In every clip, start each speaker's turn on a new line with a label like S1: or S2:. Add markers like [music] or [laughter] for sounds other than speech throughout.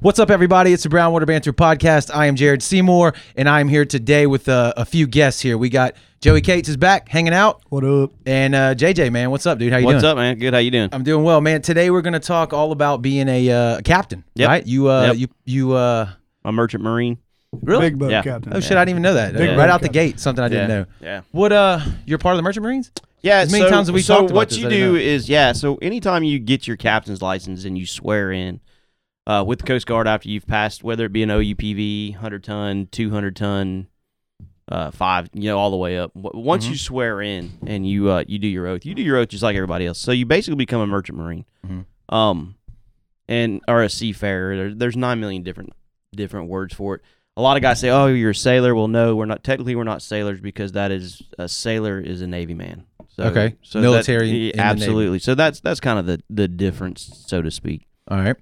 S1: What's up, everybody? It's the Brownwater Banter Podcast. I am Jared Seymour, and I am here today with uh, a few guests here. We got Joey Cates is back hanging out,
S2: What up?
S1: and uh, JJ, man, what's up, dude? How you
S3: What's
S1: doing?
S3: up, man? Good. How you doing? Um,
S1: I'm doing well, man. Today we're gonna talk all about being a uh, captain,
S3: Yep.
S1: right? You, uh,
S3: Yep.
S1: you, you, uh,
S3: A merchant marine.
S1: really?
S2: Big boat
S3: Yeah.
S2: captain.
S1: oh shit, I didn't even know that.
S2: Big
S1: Right
S2: boat
S1: out the
S2: captain.
S1: gate, something I didn't
S3: Yeah.
S1: know.
S3: Yeah.
S1: What? Uh, you're part of the Merchant Marines?
S3: Yeah.
S1: As many
S3: so,
S1: times as we
S3: so
S1: talked about
S3: what
S1: this, I
S3: you
S1: didn't
S3: do
S1: know.
S3: is yeah. So anytime you get your captain's license and you swear in uh, with the Coast Guard after you've passed, whether it be an OUPV, hundred ton, two hundred ton, uh, five, you know, all the way up. W- Once
S1: Mm-hmm.
S3: you swear in and you uh, you do your oath, you do your oath just like everybody else. So you basically become a merchant marine,
S1: Mhm.
S3: um, and or a seafarer. There, there's nine million different different words for it. A lot of guys say, "Oh, you're a sailor." Well, no, we're not. Technically, we're not sailors because that is a sailor is a Navy man. So,
S1: Okay.
S3: so
S1: Military in
S3: yeah,
S1: the Navy.
S3: absolutely. So that's that's kind of the the difference, so to speak.
S1: All right.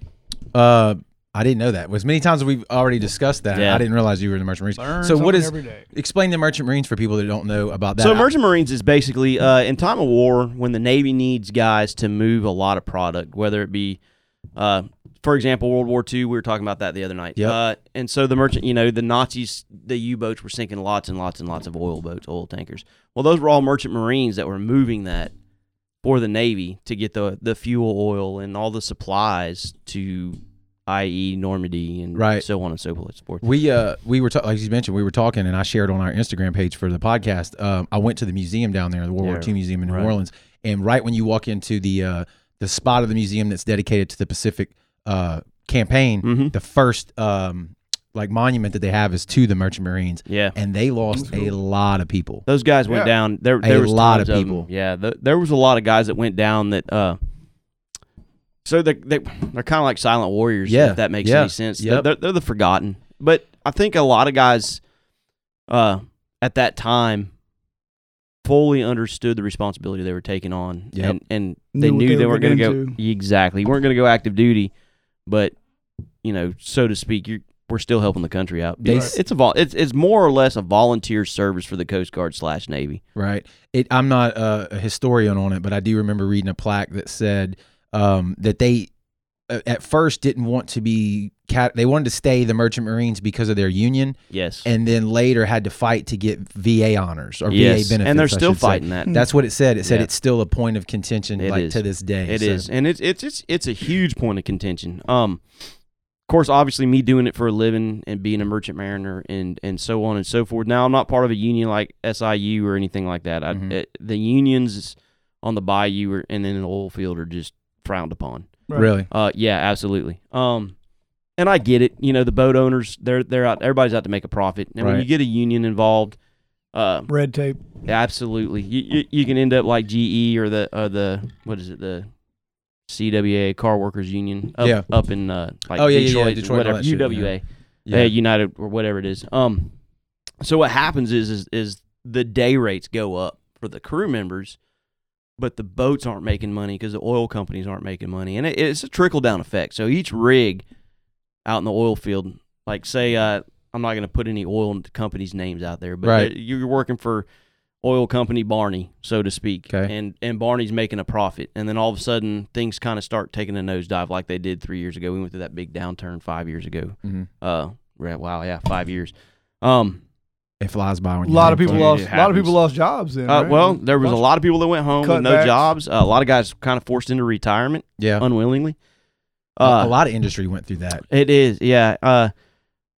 S1: Uh, I didn't know that. As many times as we've already discussed that,
S3: Yeah.
S1: I didn't realize you were in the Merchant Marines.
S2: Learn
S1: so what
S2: something
S1: is?
S2: every day.
S1: Explain the Merchant Marines for people that don't know about that.
S3: So merchant marines is basically uh, in time of war when the navy needs guys to move a lot of product, whether it be, uh, for example, World War II. We were talking about that the other night.
S1: Yep.
S3: Uh, and so the merchant, you know, the Nazis, the U-boats were sinking lots and lots and lots of oil boats, oil tankers. Well, those were all merchant marines that were moving that for the navy to get the the fuel, oil, and all the supplies to, i.e., Normandy and
S1: Right.
S3: so on and so forth. forth.
S1: We uh we were ta- like you mentioned we were talking and I shared on our Instagram page for the podcast. Um, I went to the museum down there, the World War
S3: Yeah,
S1: II museum in New
S3: right.
S1: Orleans, and right when you walk into the uh, the spot of the museum that's dedicated to the Pacific uh, campaign,
S3: Mhm.
S1: the first um, like monument that they have is to the Merchant Marines,
S3: Yeah.
S1: and they lost a lot of people.
S3: Those guys went
S2: Yeah.
S3: down. There, there was
S1: lot
S3: tons
S1: of
S3: them.
S1: people.
S3: Yeah, th- there was a lot of guys that went down. That uh, so they they they're kind of like silent warriors.
S1: Yeah,
S3: if that makes
S1: yeah,
S3: any sense. They're-
S1: yep.
S3: They're, they're the forgotten. But I think a lot of guys, uh, at that time, fully understood the responsibility they were taking on.
S1: Yep.
S3: and and
S2: Knew
S3: they
S2: what
S3: knew
S2: they
S3: they,
S2: were
S3: weren't going to
S2: getting
S3: go exactly. weren't going to go active duty, but you know, so to speak, you we're still helping the country out.
S1: They
S3: It's-
S1: s-
S3: it's a vol- it's it's more or less a volunteer service for the Coast Guard slash Navy.
S1: Right. It. I'm not uh, a historian on it, but I do remember reading a plaque that said um, that they uh, at first didn't want to be cat. They wanted to stay the Merchant Marines because of their union.
S3: Yes,
S1: and then later had to fight to get VA honors or
S3: yes,
S1: VA benefits.
S3: and
S1: I
S3: they're still
S1: should say.
S3: fighting that.
S1: That's what it said. It said
S3: Yeah.
S1: it's still a point of contention
S3: It
S1: like
S3: is.
S1: to this day.
S3: It
S1: So-
S3: is, and it's it's it's it's a huge point of contention. Um, of course, obviously, me doing it for a living and being a merchant mariner and and so on and so forth. Now, I'm not part of a union like SIU or anything like that. I,
S1: Mhm.
S3: it- the unions on the bayou or, and in the oil field are just frowned upon.
S2: Right.
S1: Really?
S3: Uh, yeah, absolutely. Um, and I get it. You know, the boat owners, they're they're out. Everybody's out to make a profit, and when
S1: Right.
S3: you get a union involved, uh,
S2: Red tape.
S3: Absolutely. You, you, you can end up like GE or the uh, the what is it the CWA Car Workers Union up,
S1: Yeah.
S3: up in uh, like
S1: Oh, yeah, yeah, yeah,
S3: Detroit,
S1: Detroit and all
S3: whatever
S1: that shit,
S3: UWA
S1: Yeah.
S3: uh, United or whatever it is. Um, so what happens is is is the day rates go up for the crew members, but the boats aren't making money because the oil companies aren't making money, and it, it's a trickle down effect. So each rig out in the oil field, like say, uh, I'm not going to put any oil companies' names out there, but
S1: Right.
S3: uh, you're working for oil company Barney, so to speak,
S1: Okay.
S3: and and Barney's making a profit, and then all of a sudden things kind of start taking a nosedive like they did three years ago. We went through that big downturn five years ago
S1: Mhm.
S3: uh right, wow yeah five years um
S1: It flies by when
S2: A
S1: you
S2: lot
S1: have
S2: of people
S1: fun.
S3: Well, it
S2: lost. A lot of people
S3: happens.
S2: lost jobs. Then.
S3: uh,
S2: right?
S3: well there was a
S2: Bunch-
S3: lot of people that went home with no
S2: Cutbacks.
S3: jobs uh, a lot of guys kind of forced into retirement
S1: Yeah.
S3: unwillingly
S1: Uh, A-
S3: uh
S1: a lot of industry went through that.
S3: it is yeah uh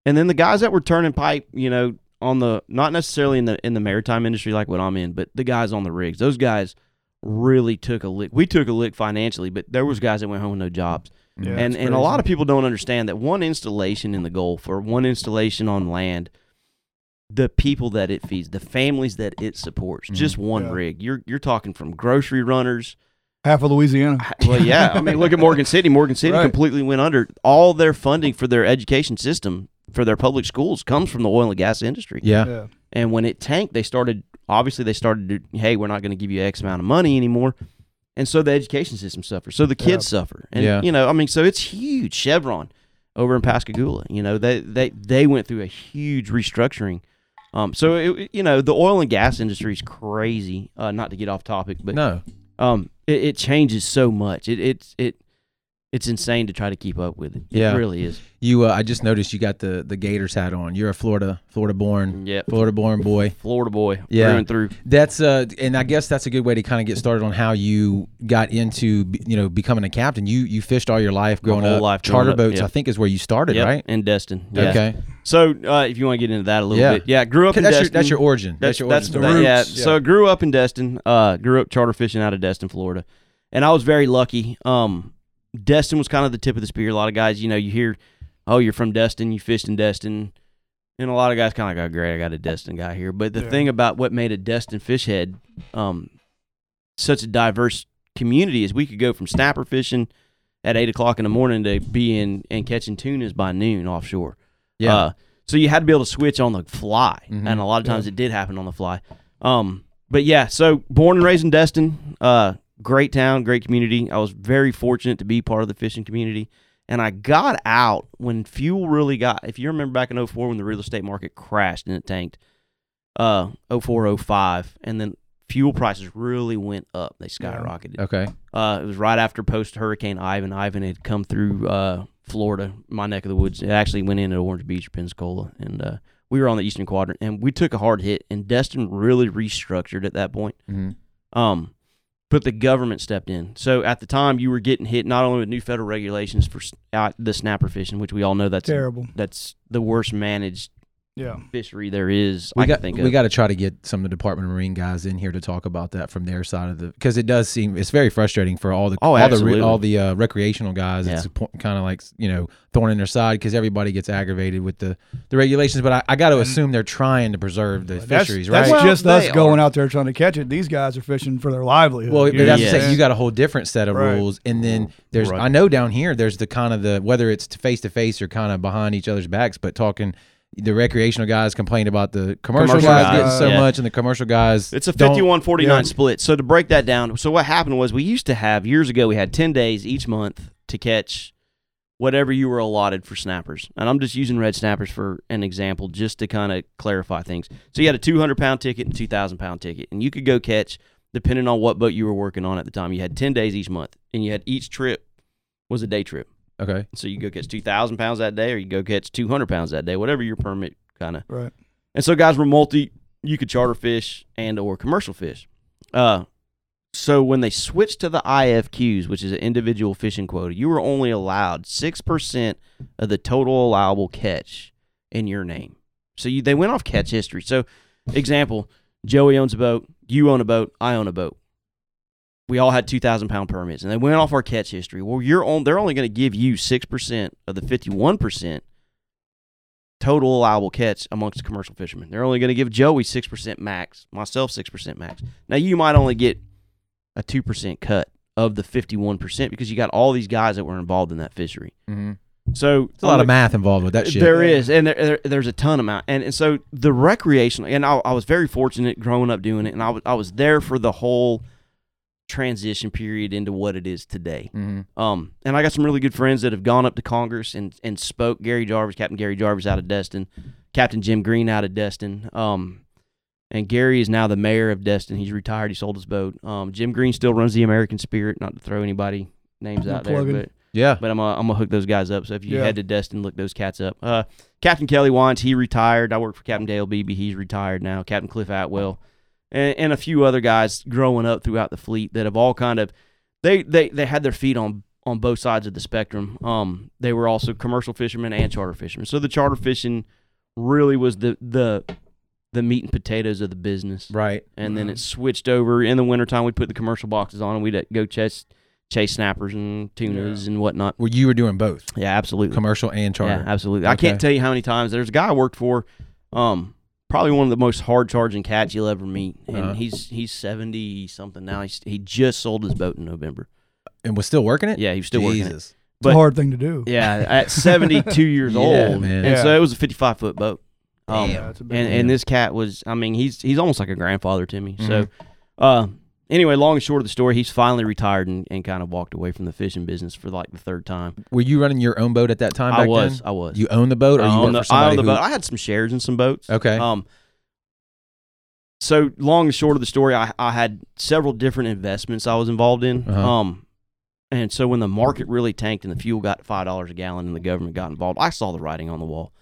S3: and then the guys that were turning pipe you know on the not necessarily in the in the maritime industry like what I'm in but the guys on the rigs those guys really took a lick we took a lick financially but there was guys that went home with no jobs
S2: Yeah,
S1: Mm-hmm.
S3: and
S2: it's
S3: and a
S2: crazy.
S3: lot of people don't understand that one installation in the Gulf or one installation on land, the people that it feeds, the families that it supports,
S1: Mhm.
S3: just one
S2: Yeah.
S3: rig. You're you're talking from grocery runners.
S2: half of Louisiana.
S3: Well, yeah. I mean, look at Morgan City. Morgan City
S2: Right.
S3: completely went under. All their funding for their education system for their public schools comes from the oil and gas industry.
S1: Yeah.
S2: [laughs] Yeah.
S3: And when it tanked, they started obviously they started to hey, we're not going to give you X amount of money anymore. And so the education system suffers. So the kids suffer. And
S1: Yeah.
S3: you know, I mean, so it's huge. Chevron over in Pascagoula, you know, they they they went through a huge restructuring. Um, so it, you know, the oil and gas industry is crazy. Uh, not to get off topic, but
S1: no.
S3: um, it, it changes so much. It it's it it's insane to try to keep up with it.
S1: Yeah.
S3: It really is.
S1: You, uh, I just noticed you got the the Gators hat on. You're a Florida Florida born
S3: Yep.
S1: Florida born boy.
S3: Florida boy.
S1: Yeah.
S3: Through and through.
S1: That's uh, and I guess that's a good way to kind of get started on how you got into b- you know becoming a captain. You you fished all your life growing
S3: whole
S1: up.
S3: life growing
S1: Charter
S3: up,
S1: boats,
S3: yeah.
S1: I think, is where you started,
S3: Yep.
S1: right?
S3: In Destin. Yeah.
S1: Okay,
S3: So uh, if you want to get into that a little
S1: Yeah.
S3: bit. Yeah. Grew up in
S1: that's your,
S3: Destin.
S1: that's your origin. That's, your origin.
S3: that's
S1: to
S3: the
S1: that.
S3: roots. Yeah. So I grew up in Destin. Uh, grew up charter fishing out of Destin, Florida, and I was very lucky. Um, Destin was kind of the tip of the spear. A lot of guys, you know, you hear, "Oh, you're from Destin. You fished in Destin," and a lot of guys kind of go, "Great, I got a Destin guy here." But the
S2: Yeah.
S3: thing about what made a Destin fish head, um, such a diverse community is we could go from snapper fishing at eight o'clock in the morning to being and catching tunas by noon offshore.
S1: yeah.
S3: Uh, so you had to be able to switch on the fly,
S1: Mhm.
S3: and a lot of times it did happen on the fly. Um, but yeah, so born and raised in Destin, uh, great town, great community. I was very fortunate to be part of the fishing community, and I got out when fuel really got. If you remember back in 04 when the real estate market crashed and it tanked, uh, 04, 05, and then fuel prices really went up. They
S2: Yeah.
S3: skyrocketed.
S1: okay.
S3: Uh, it was right after post Hurricane Ivan. Ivan had come through uh, Florida, my neck of the woods. It actually went into Orange Beach, or Pensacola, and uh, we were on the eastern quadrant, and we took a hard hit. And Destin really restructured at that point.
S1: Mhm.
S3: Um, but the government stepped in. So at the time, you were getting hit not only with new federal regulations for s- uh, the snapper fishing, which we all know that's
S2: Terrible.
S3: that's the worst managed
S2: Yeah.
S3: fishery there is.
S1: We
S3: I
S1: got
S3: can think
S1: we
S3: of.
S1: got to try to get some of the Department of Marine guys in here to talk about that from their side of the because it does seem it's very frustrating for all the
S3: Oh,
S1: all the re-
S3: absolutely.
S1: all the uh, recreational guys. It's
S3: Yeah.
S1: kind of like you know thorn in their side because everybody gets aggravated with the the regulations. But I, I got to
S2: And-
S1: assume they're trying to preserve the
S2: That's-
S1: fisheries,
S2: That's
S1: right?
S3: Well,
S2: just us
S3: they
S2: going out there trying to catch it. These guys are fishing for their livelihood.
S1: Well,
S2: You know
S1: but that's
S2: what
S1: the
S2: I'm
S1: thing.
S2: saying?
S1: You got a whole different set of
S2: Right.
S1: rules, and then there's
S3: Right.
S1: I know down here there's the kind of the whether it's face to face or kind of behind each other's backs, but talking. The recreational guys complain about the commercial,
S3: Commercial
S1: guys,
S2: guys,
S1: getting so
S3: yeah.
S1: much, and the commercial guys.
S3: It's a
S1: don't-
S3: 51 49
S2: yeah.
S3: split. So to break that down, so what happened was we used to have years ago we had 10 days each month to catch whatever you were allotted for snappers. And I'm just using red snappers for an example just to kind of clarify things. So you had a 200 pound ticket and 2,000 pound ticket, and you could go catch depending on what boat you were working on at the time. You had 10 days each month, and you had each trip was a day trip.
S1: Okay.
S3: So you go catch 2,000 pounds that day, or you go catch 200 pounds that day, whatever your permit kind of
S2: Right.
S3: and so guys were multi you could charter fish and or commercial fish. Uh so when they switched to the IFQs, which is an individual fishing quota, you were only allowed 6% of the total allowable catch in your name. So you they went off catch history. So example, Joey owns a boat, you own a boat, I own a boat. We all had 2000 pound permits and they went off our catch history. Well, you're on they're only going to give you 6% of the 51% total allowable catch amongst commercial fishermen. They're only going to give Joey 6% max, myself 6% max. Now, you might only get a 2% cut of the 51% because you got all these guys that were involved in that fishery.
S1: Mm-hmm.
S3: So,
S1: It's a lot of math involved with that shit.
S3: There is, and there, there- there's a ton of amount. And, and so the recreational, and I, I was very fortunate growing up doing it, and I was- I was there for the whole transition period into what it is today.
S2: Mm-hmm.
S1: Mhm.
S3: Um, and I got some really good friends that have gone up to Congress and and spoke. Gary Jarvis, Captain Gary Jarvis out of Destin, Captain Jim Green out of Destin. Um, and Gary is now the mayor of Destin. He's retired. He sold his boat. Um, Jim Green still runs the American Spirit. Not to throw anybody names
S2: No
S3: out there,
S2: plugging.
S3: but
S1: Yeah.
S3: but I'm gonna, I'm gonna hook those guys up. So if you
S2: Yeah.
S3: head to Destin, look those cats up. Uh, Captain Kelly Wines, he retired. I worked for Captain Dale Beebe, he's retired now. Captain Cliff Atwell, and, and a few other guys growing up throughout the fleet that have all kind of they they they had their feet on on both sides of the spectrum. Um, they were also commercial fishermen and charter fishermen. So the charter fishing really was the the the meat and potatoes of the business
S1: Right.
S3: and then
S2: Mhm.
S3: it switched over in the wintertime we'd put the commercial boxes on and we'd uh, go chase chase snappers and tunas and whatnot
S1: Well, you were doing both
S3: yeah absolutely
S1: commercial and charter.
S3: yeah absolutely i
S1: Okay.
S3: can't tell you how many times there's a guy i worked for um probably one of the most hard charging cats you'll ever meet and
S1: Uh-huh.
S3: he's he's 70 something now he's, he just sold his boat in november
S1: And was still working it?
S3: yeah he was still working it.
S1: Jesus.
S2: It's a
S3: But-
S2: hard thing to do.
S3: yeah
S1: [laughs]
S3: at 72 years
S1: Yeah,
S3: old
S1: man.
S3: and so
S2: Yeah.
S3: it was a 55 foot boat um,
S2: Yeah, it's a big
S3: and
S2: deal.
S3: and this cat was i mean he's he's almost like a grandfather to me so
S1: Mhm.
S3: uh anyway long and short of the story he's finally retired and, and kind of walked away from the fishing business for like the third time
S2: Mm-hmm.
S1: Were you running your own boat at that time?
S3: i
S1: back
S3: was
S1: then?
S3: i was
S1: You own the boat, or
S3: I
S1: you
S3: own
S1: work
S3: Uh, the,
S1: for
S3: I
S1: somebody
S3: own the
S1: who-
S3: boat i had some shares in some boats
S1: Okay.
S3: um so long and short of the story i i had several different investments i was involved in
S1: Uh-huh.
S3: um And so when the market really tanked and the fuel got five dollars a gallon and the government got involved, I saw the writing on the wall.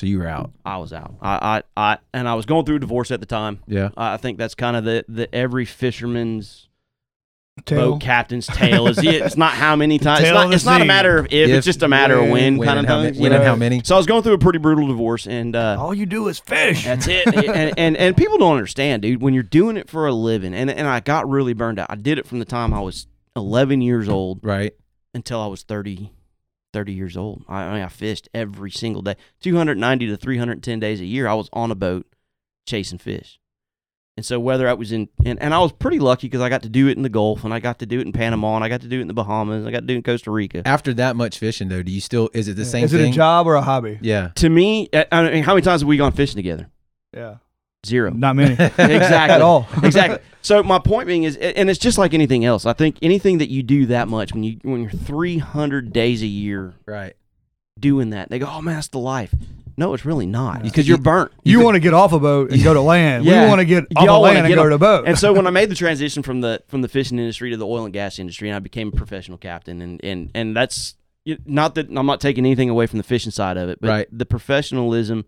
S1: So you were out.
S3: I was out. I I, I and I was going through a divorce at the time.
S1: Yeah.
S3: I I think that's kind of the, the every fisherman's
S2: Tail.
S3: boat captain's tail is it, it's not how
S2: [laughs]
S3: many times it's
S2: Tail of
S3: not,
S2: the
S3: it's not a
S2: sea.
S3: matter of if,
S1: If,
S3: it's just a matter of when,
S1: When
S3: kind of
S1: and how
S3: thing.
S1: many- when and
S2: Yeah.
S1: how many?
S3: so i was going through a pretty brutal divorce and uh,
S2: All you do is fish.
S3: that's it
S2: [laughs]
S3: [laughs] and, and and people don't understand dude when you're doing it for a living and, and i got really burned out i did it from the time i was 11 years old
S1: Right.
S3: until i was 30 30 years old i, I mean i fished every single day 290 to 310 days a year i was on a boat chasing fish and so whether I was in and, and I was pretty lucky because I got to do it in the Gulf and I got to do it in Panama and I got to do it in the Bahamas and I got to do it in Costa Rica.
S1: After that much fishing, though, do you still? Is it the same
S2: is
S1: thing?
S2: it a job or a hobby?
S1: Yeah.
S3: to me, I I mean, how many times have we gone fishing together?
S2: Yeah.
S3: Zero.
S2: Not many.
S3: [laughs] Exactly.
S2: At all.
S3: exactly. So my point being is, and it's just like anything else. I think anything that you do that much when you when you're 300 days a year
S1: Right.
S3: doing that, they go, "Oh man, that's the life." No, it's really not
S1: Because
S3: because you're
S1: you-
S3: burnt.
S2: You want to get off a boat and go to land.
S3: Yeah.
S2: We want to get off
S3: Y'all
S2: a
S3: wanna
S2: land and
S3: get
S2: go
S3: on-
S2: to boat.
S3: and so when I made the transition from the from the fishing industry to the oil and gas industry, and I became a professional captain, and and and that's you- not that I'm not taking anything away from the fishing side of it, but
S1: Right.
S3: the professionalism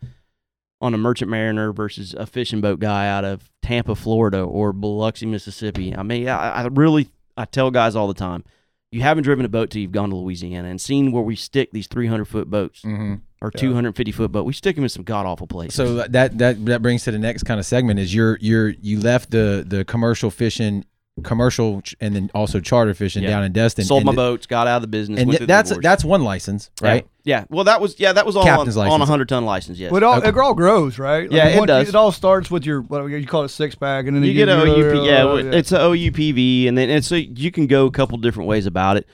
S3: on a merchant mariner versus a fishing boat guy out of Tampa, Florida, or Biloxi, Mississippi. I mean, I, I really I tell guys all the time, you haven't driven a boat till you've gone to Louisiana and seen where we stick these 300 foot boats
S1: Mm-hmm.
S3: or
S2: Yeah.
S3: 250 foot boat. We stick them in some god awful places.
S1: So that that that brings to the next kind of segment is you're you're you left the the commercial fishing, commercial ch- and then also charter fishing
S3: Yeah.
S1: down in Destin.
S3: sold
S1: and
S3: my
S1: th-
S3: boats, got out of the business.
S1: And
S3: went
S1: th-
S3: through the
S1: that's
S3: divorce.
S1: that's one license, right?
S3: Yeah. Well, that was yeah, that was all
S1: Captain's
S3: on, on a
S1: license.
S3: hundred ton license. Yes.
S2: Well, it all,
S1: Okay.
S2: it all grows, right? Like,
S3: Yeah, it
S2: once-
S3: does.
S2: It all starts with your what you call it six pack, and then
S3: you
S2: they
S3: get
S2: give you
S3: OUP. Yeah,
S2: uh,
S3: it's a OUPV, and then and so you can go a couple different ways about it.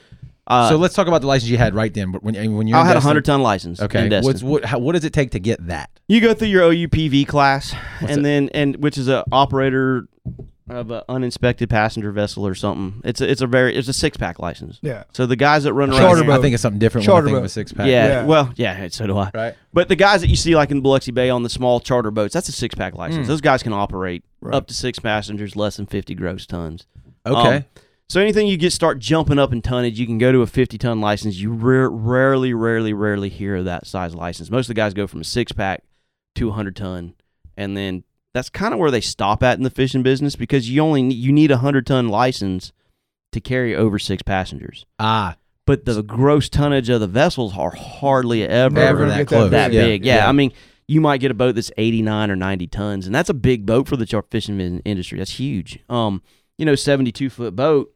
S3: Uh,
S1: so
S3: so
S1: let's talk about the license you had right then. But when and when you're
S3: I
S1: in
S3: had a
S1: Destin-
S3: hundred ton license.
S1: Okay.
S3: in Destin.
S1: What's what? How, what does it take to get that?
S3: you go through your OUPV class, and
S1: it?
S3: then and which is a operator of an uninspected passenger vessel or something. It's a, it's a very it's a six pack license.
S2: yeah.
S3: So the guys that run around
S2: Charter
S1: I
S2: boat.
S1: think it's something different.
S2: Charter
S1: when I think of a
S2: boat.
S1: six
S3: Yeah,
S1: pack.
S2: Yeah.
S3: Well, yeah. So do I.
S1: Right.
S3: But the guys that you see like in Biloxi Bay on the small charter boats, that's a six pack license.
S1: Mm.
S3: Those guys can operate
S2: Right.
S3: up to six passengers, less than fifty gross tons.
S1: Okay.
S3: Um, so anything you get start jumping up in tonnage, you can go to a 50 ton license. You rare, rarely, rarely, rarely hear of that size license. Most of the guys go from a six pack to a 100 ton, and then that's kind of where they stop at in the fishing business because you only you need a 100 ton license to carry over six passengers.
S1: ah.
S3: But the gross tonnage of the vessels are hardly ever
S1: Never
S2: gonna
S1: that
S2: get
S1: close.
S3: that
S1: Yeah.
S3: big. Yeah, I mean, you might get a boat that's 89 or 90 tons, and that's a big boat for the char- fishing in- industry. That's huge. Um, you know, 72 foot boat.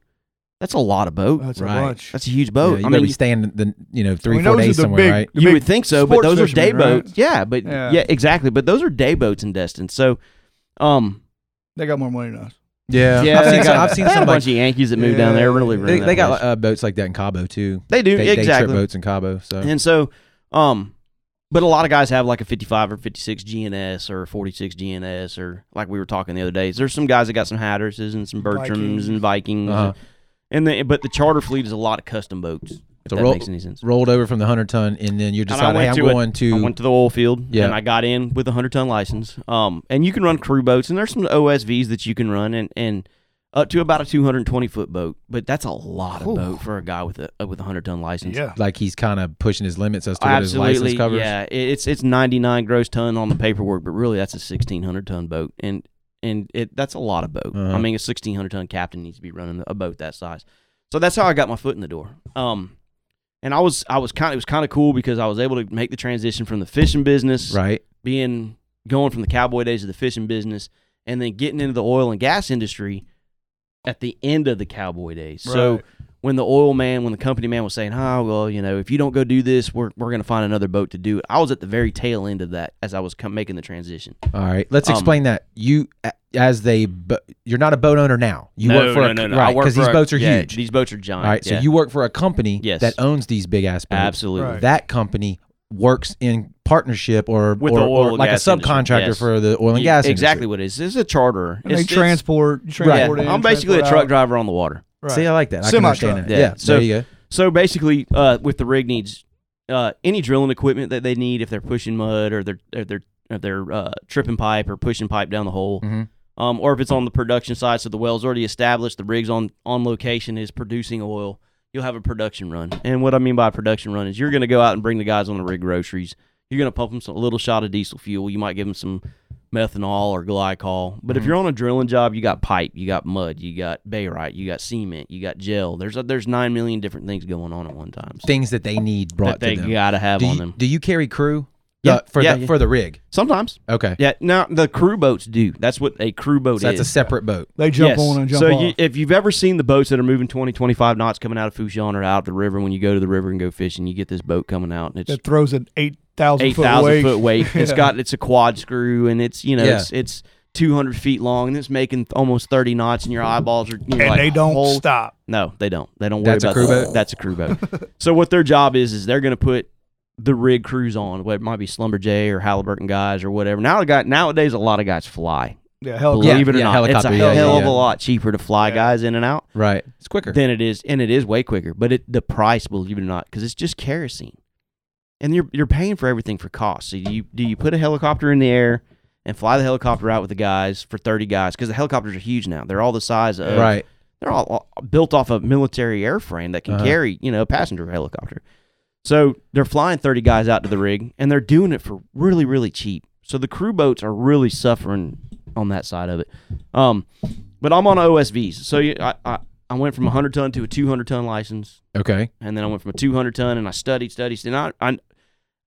S3: That's a lot of boat.
S2: That's
S1: Right.
S2: a bunch.
S3: That's a huge
S1: Yeah,
S3: boat.
S1: you
S3: I
S1: better
S3: mean,
S1: be staying the you know
S2: I
S1: three
S2: mean,
S1: four
S2: those are
S1: days
S2: the
S1: somewhere,
S2: big-
S1: right?
S2: the
S3: you
S2: big
S3: would think so, but
S2: sports
S3: those are
S2: fishermen,
S3: day
S2: right?
S3: boats. Yeah, but yeah.
S2: Yeah.
S3: exactly. But those are day boats in Destin. So, um,
S2: They got more money than us.
S1: Yeah.
S3: yeah,
S1: I've
S3: they
S1: seen,
S3: got-
S1: some, I've seen [laughs]
S3: they had a
S1: somebody.
S3: bunch of Yankees that moved
S2: Yeah.
S3: down there. Really,
S1: They,
S3: ruined
S1: they
S3: that
S1: got
S3: place.
S1: uh, boats like that in Cabo too.
S3: they do
S1: They,
S3: exactly.
S1: they trip boats in Cabo. So
S3: And so, um, but a lot of guys have like a 55 or 56 GNS or a 46 GNS or like we were talking the other days. There's some guys that got some Hatterses and some Bertrams
S2: Vikings.
S3: and Vikings,
S1: Uh-huh.
S3: and the, but the charter fleet is a lot of custom boats. If
S1: So
S3: that
S1: roll-
S3: makes any sense.
S1: rolled over from the hundred ton, and then you're
S3: I
S1: deciding, hey, I'm
S3: went to a-
S1: going to.
S3: I went to the oil field
S1: Yeah.
S3: and I got in with a hundred ton license. Um, and you can run crew boats and there's some OSVs that you can run and and up to about a 220 foot boat, but that's a lot of
S2: Whew.
S3: boat for a guy with a with a hundred ton license.
S2: Yeah.
S1: like he's kind of pushing his limits as to what his
S3: Absolutely,
S1: license covers.
S3: yeah. It- It's it's 99 gross ton on the paperwork, but really that's a 1600 ton boat, and and it that's a lot of boat.
S1: Uh-huh.
S3: I mean, a 1600 ton captain needs to be running a boat that size. So that's how I got my foot in the door. Um, and I was I was kind of it was kind of cool because I was able to make the transition from the fishing business,
S1: Right.
S3: being going from the cowboy days of the fishing business, and then getting into the oil and gas industry at the end of the cowboy days. So
S2: Right.
S3: when the oil man, when the company man was saying, "Oh well, you know, if you don't go do this, we're we're gonna find another boat to do it." I was at the very tail end of that as I was com- making the transition.
S1: All right. Let's
S3: Um,
S1: explain that. You a- as they, bo- you're not a boat owner now. You work for a, co-
S3: I
S1: right
S3: work
S1: because these
S3: for a-
S1: boats are
S3: yeah,
S1: huge.
S3: These boats are giant.
S1: All right.
S3: yeah.
S1: So you work for a company
S3: Yes.
S1: that owns these big ass boats.
S3: absolutely
S2: Right.
S1: That company works in partnership or
S3: With
S1: or,
S3: the oil
S1: or
S3: and
S1: like a
S3: gas industry,
S1: subcontractor
S3: yes.
S1: for the oil and
S3: You-
S1: gas.
S3: exactly
S1: industry.
S3: what it is. It's a charter.
S2: And they
S3: It's- it's-
S2: transport. you
S1: Right.
S2: transport in,
S3: I'm basically a
S2: transport
S3: truck
S2: out.
S3: driver on the water.
S2: Right.
S1: See, I like that. I can
S2: Semi
S1: understand
S2: truck.
S1: that.
S3: Yeah.
S1: Yeah.
S3: So- Mm-hmm.
S1: there you go.
S3: So basically, uh, with the rig needs, uh, any drilling equipment that they need, if they're pushing mud or they're or they're or they're uh, tripping pipe or pushing pipe down the hole,
S1: Mhm.
S3: um, or if it's on the production side, so the well's already established, the rig's on on location is producing oil. you'll have a production run. And what I mean by a production run is you're going to go out and bring the guys on the rig groceries. You're going to pump them some, a little shot of diesel fuel. You might give them some methanol or glycol. But if
S1: Mhm.
S3: you're on a drilling job, you got pipe, you got mud, you got bayrite, you got cement, you got gel. There's a, there's nine million different things going on at one time. So
S1: Things that they need
S3: that
S1: brought
S3: they
S1: to them.
S3: got to have
S1: do,
S3: on
S1: you,
S3: them.
S1: do you carry crew?
S3: Yeah,
S1: Uh, for
S3: yeah,
S1: the
S3: yeah.
S1: for the rig.
S3: Sometimes,
S1: Okay,
S3: yeah. Now the crew boats do. That's what a crew boat
S1: so that's a
S3: is.
S1: separate boat.
S2: They jump
S3: Yes.
S2: on and jump
S3: so
S2: off.
S3: You, if you've ever seen the boats that are moving 20, 25 knots coming out of Fushan or out of the river, when you go to the river and go fishing, you get this boat coming out and it's
S2: that throws an eight thousand
S3: eight
S2: foot
S3: thousand
S2: weight.
S3: foot weight.
S2: [laughs]
S3: It's
S2: Yeah.
S3: got it's a quad screw and it's you know
S1: Yeah.
S3: it's it's two hundred feet long and it's making th- almost thirty knots and your eyeballs are you know,
S2: and
S3: like,
S2: they don't
S3: "Hol-"
S2: stop.
S3: No, they don't. They don't worry
S1: That's a
S3: about
S1: crew
S3: that.
S1: boat?
S3: That's a crew boat.
S2: [laughs]
S3: so what their job is is they're going to put the rig crews on. What it might be Slumberjay or Halliburton guys or whatever. Now, a guy, nowadays a lot of guys fly.
S2: Yeah, hell,
S1: Oh, Yeah.
S3: Believe it or not, it's a
S1: helicopter,
S3: hell
S2: yeah, yeah,
S3: of
S2: yeah.
S3: a lot cheaper to fly
S2: Yeah.
S3: guys in and out
S1: Right, it's quicker.
S3: than it is, and it is way quicker. But it, the price, believe it or not, because it's just kerosene, and you're you're paying for everything for cost. So you do you put a helicopter in the air and fly the helicopter out with the guys for thirty guys because the helicopters are huge now. They're all the size of
S1: right,
S3: They're all all built off a military airframe that can
S1: Uh-huh.
S3: carry you know a passenger helicopter. So they're flying thirty guys out to the rig, and they're doing it for really really cheap. So the crew boats are really suffering on that side of it. Um, but I'm on OSVs, so you, I, I I went from a hundred ton to a two hundred ton license
S1: okay.
S3: and then I went from a 200 ton, and I studied, studied, studied. And I, I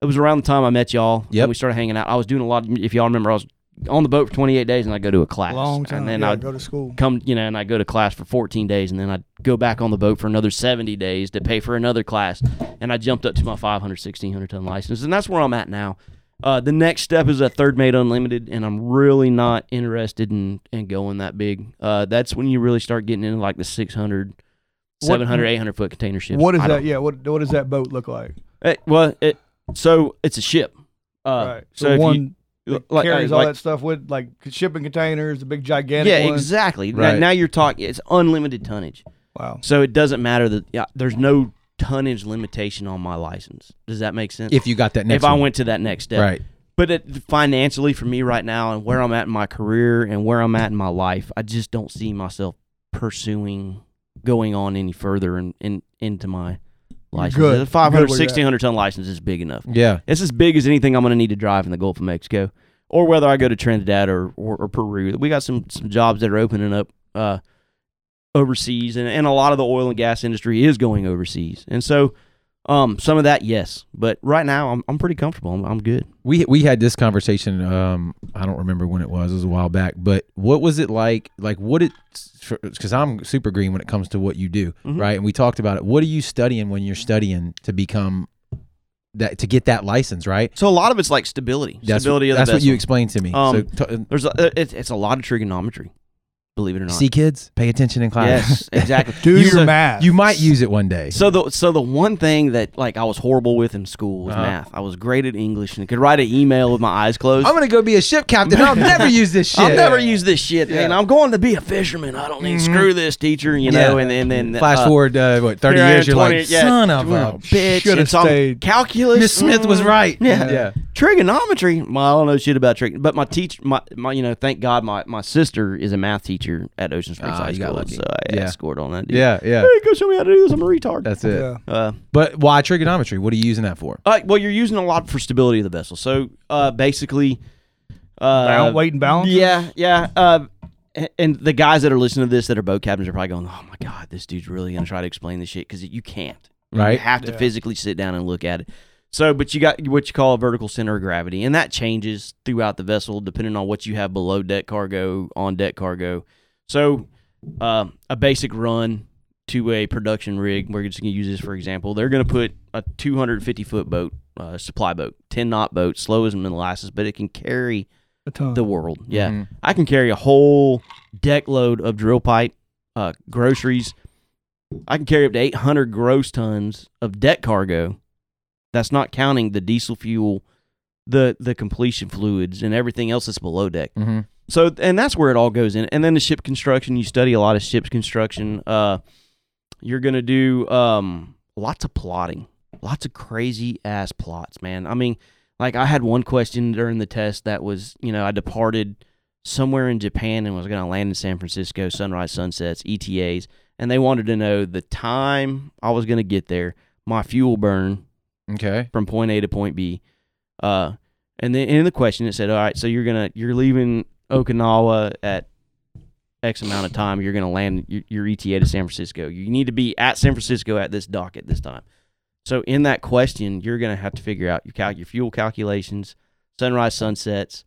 S3: it was around the time I met y'all.
S1: Yep.
S3: and we started hanging out. I was doing a lot. If y'all remember, I was on the boat for 28 days, and I go to a class,
S2: long time.
S3: and then
S2: yeah,
S3: I'd
S2: go to school.
S3: come, you know, and I go to class for 14 days, and then I'd go back on the boat for another 70 days to pay for another class, and I jumped up to my 500, 1600 ton license, and that's where I'm at now. Uh, the next step is a third mate unlimited, and I'm really not interested in, in going that big. Uh, that's when you really start getting into like the 600,
S2: What-
S3: 700, 800 foot container ships.
S2: What is
S3: I don't-
S2: that? Yeah, what what does that boat look like?
S3: it, well, it so it's a ship. Uh,
S2: right.
S3: So,
S2: So,
S3: if
S2: one
S3: you,
S2: that
S3: like,
S2: carries
S3: like-
S2: all that stuff with like shipping containers, the big gigantic
S3: yeah,
S2: ones.
S3: exactly. Now- Now,
S1: Right.
S3: you're talking. It's unlimited tonnage,
S2: Wow.
S3: so it doesn't matter that yeah, there's no tonnage limitation on my license. Does that make sense?
S1: If you got that next,
S3: If I
S1: one.
S3: went to that next step,
S1: right,
S3: But it, financially, for me right now, and where I'm at in my career and where I'm at in my life, I just don't see myself pursuing going on any further and in, into my license.
S2: good.
S3: The 500,
S2: Good where you're at.
S3: 1600 ton license is big enough.
S1: yeah,
S3: It's as big as anything I'm going to need to drive in the Gulf of Mexico, or whether I go to Trinidad or, or, or Peru. We got some some jobs that are opening up uh, overseas, and, and a lot of the oil and gas industry is going overseas. And so, um, some of that, yes, but right now I'm I'm pretty comfortable. I'm, I'm good.
S1: we we had this conversation. Um, I don't remember when it was. It was a while back. But what was it like? Like what it? Because I'm super green when it comes to what you do,
S3: Mhm.
S1: right? And we talked about it. What are you studying when you're studying to become that to get that license? Right.
S3: So a lot of it's like stability,
S1: That's,
S3: stability of the
S1: that's what
S3: vessel.
S1: you explained to me.
S3: Um,
S1: so t- uh,
S3: There's a, it's, it's a lot of trigonometry, believe it or not.
S1: see, kids, pay attention in class.
S3: yes, exactly. [laughs]
S2: Do
S1: You-
S2: your
S1: [laughs]
S2: math.
S1: You might use it one day.
S3: So the so the one thing that like I was horrible with in school was
S1: Uh-huh.
S3: math. I was great at English and could write an email with my eyes closed.
S1: I'm gonna go be a ship captain. I'll
S3: [laughs]
S1: never use this Oh, shit. Mm-hmm.
S3: I'll never use this shit.
S2: Yeah.
S3: And I'm going to be a fisherman. I don't need screw this teacher, you know.
S1: Yeah.
S3: And, and then
S1: Flash
S3: uh,
S1: forward uh, what thirty
S3: here I am,
S1: years, you're
S3: 20
S1: like
S3: yeah,
S1: son of a
S3: well, bitch.
S2: Shoulda
S3: and so I'm-
S2: stayed.
S3: Calculus.
S1: Miss Smith was
S3: mm,
S1: right.
S3: Yeah.
S1: yeah.
S3: Trigonometry. Well, I don't know shit about trig, but my teacher, my, my you know, thank God, my, my sister is a math teacher at Ocean Springs
S1: Ah,
S3: High
S1: you got
S3: School,
S1: lucky.
S3: so I
S1: Yeah.
S3: I scored on that. Dude.
S1: Yeah, yeah.
S3: Hey, go show me how to do this. I'm a retard.
S1: That's it.
S2: Yeah.
S3: uh,
S1: But why trigonometry? What are you using that for?
S3: Uh, well, you're using a lot for stability of the vessel. So uh, basically, uh,
S2: Bound- weight and balance?
S3: Yeah, yeah. Uh, a- and the guys that are listening to this that are boat captains are probably going, "Oh my god, this dude's really gonna try to explain this shit because you can't. You
S1: Right.
S3: have to
S2: Yeah.
S3: physically sit down and look at it." So, but you got what you call a vertical center of gravity, and that changes throughout the vessel depending on what you have below deck cargo, on deck cargo. So, uh, a basic run to a production rig, we're just going to use this for example. They're going to put a 250 foot boat, uh, supply boat, 10 knot boat, slow as a molasses, but it can carry
S2: A ton.
S3: the world. Yeah.
S1: Mhm.
S3: I can carry a whole deck load of drill pipe, uh, groceries. I can carry up to 800 gross tons of deck cargo. That's not counting the diesel fuel, the the completion fluids, and everything else that's below deck.
S1: Mhm.
S3: So, and that's where it all goes in. And then the ship construction, you study a lot of ships construction. Uh, you're gonna do um lots of plotting, lots of crazy ass plots, man. I mean, like I had one question during the test that was, you know, I departed somewhere in Japan and was gonna land in San Francisco, sunrise, sunsets, ETAs, and they wanted to know the time I was going to get there, my fuel burn
S1: Okay.
S3: from point A to point B. Uh, and then in the question it said, "All right, so you're gonna you're leaving Okinawa at X amount of time. You're gonna land your, your ETA to San Francisco. You need to be at San Francisco at this dock at this time." So in that question, you're gonna have to figure out your cal- your fuel calculations, sunrise sunsets,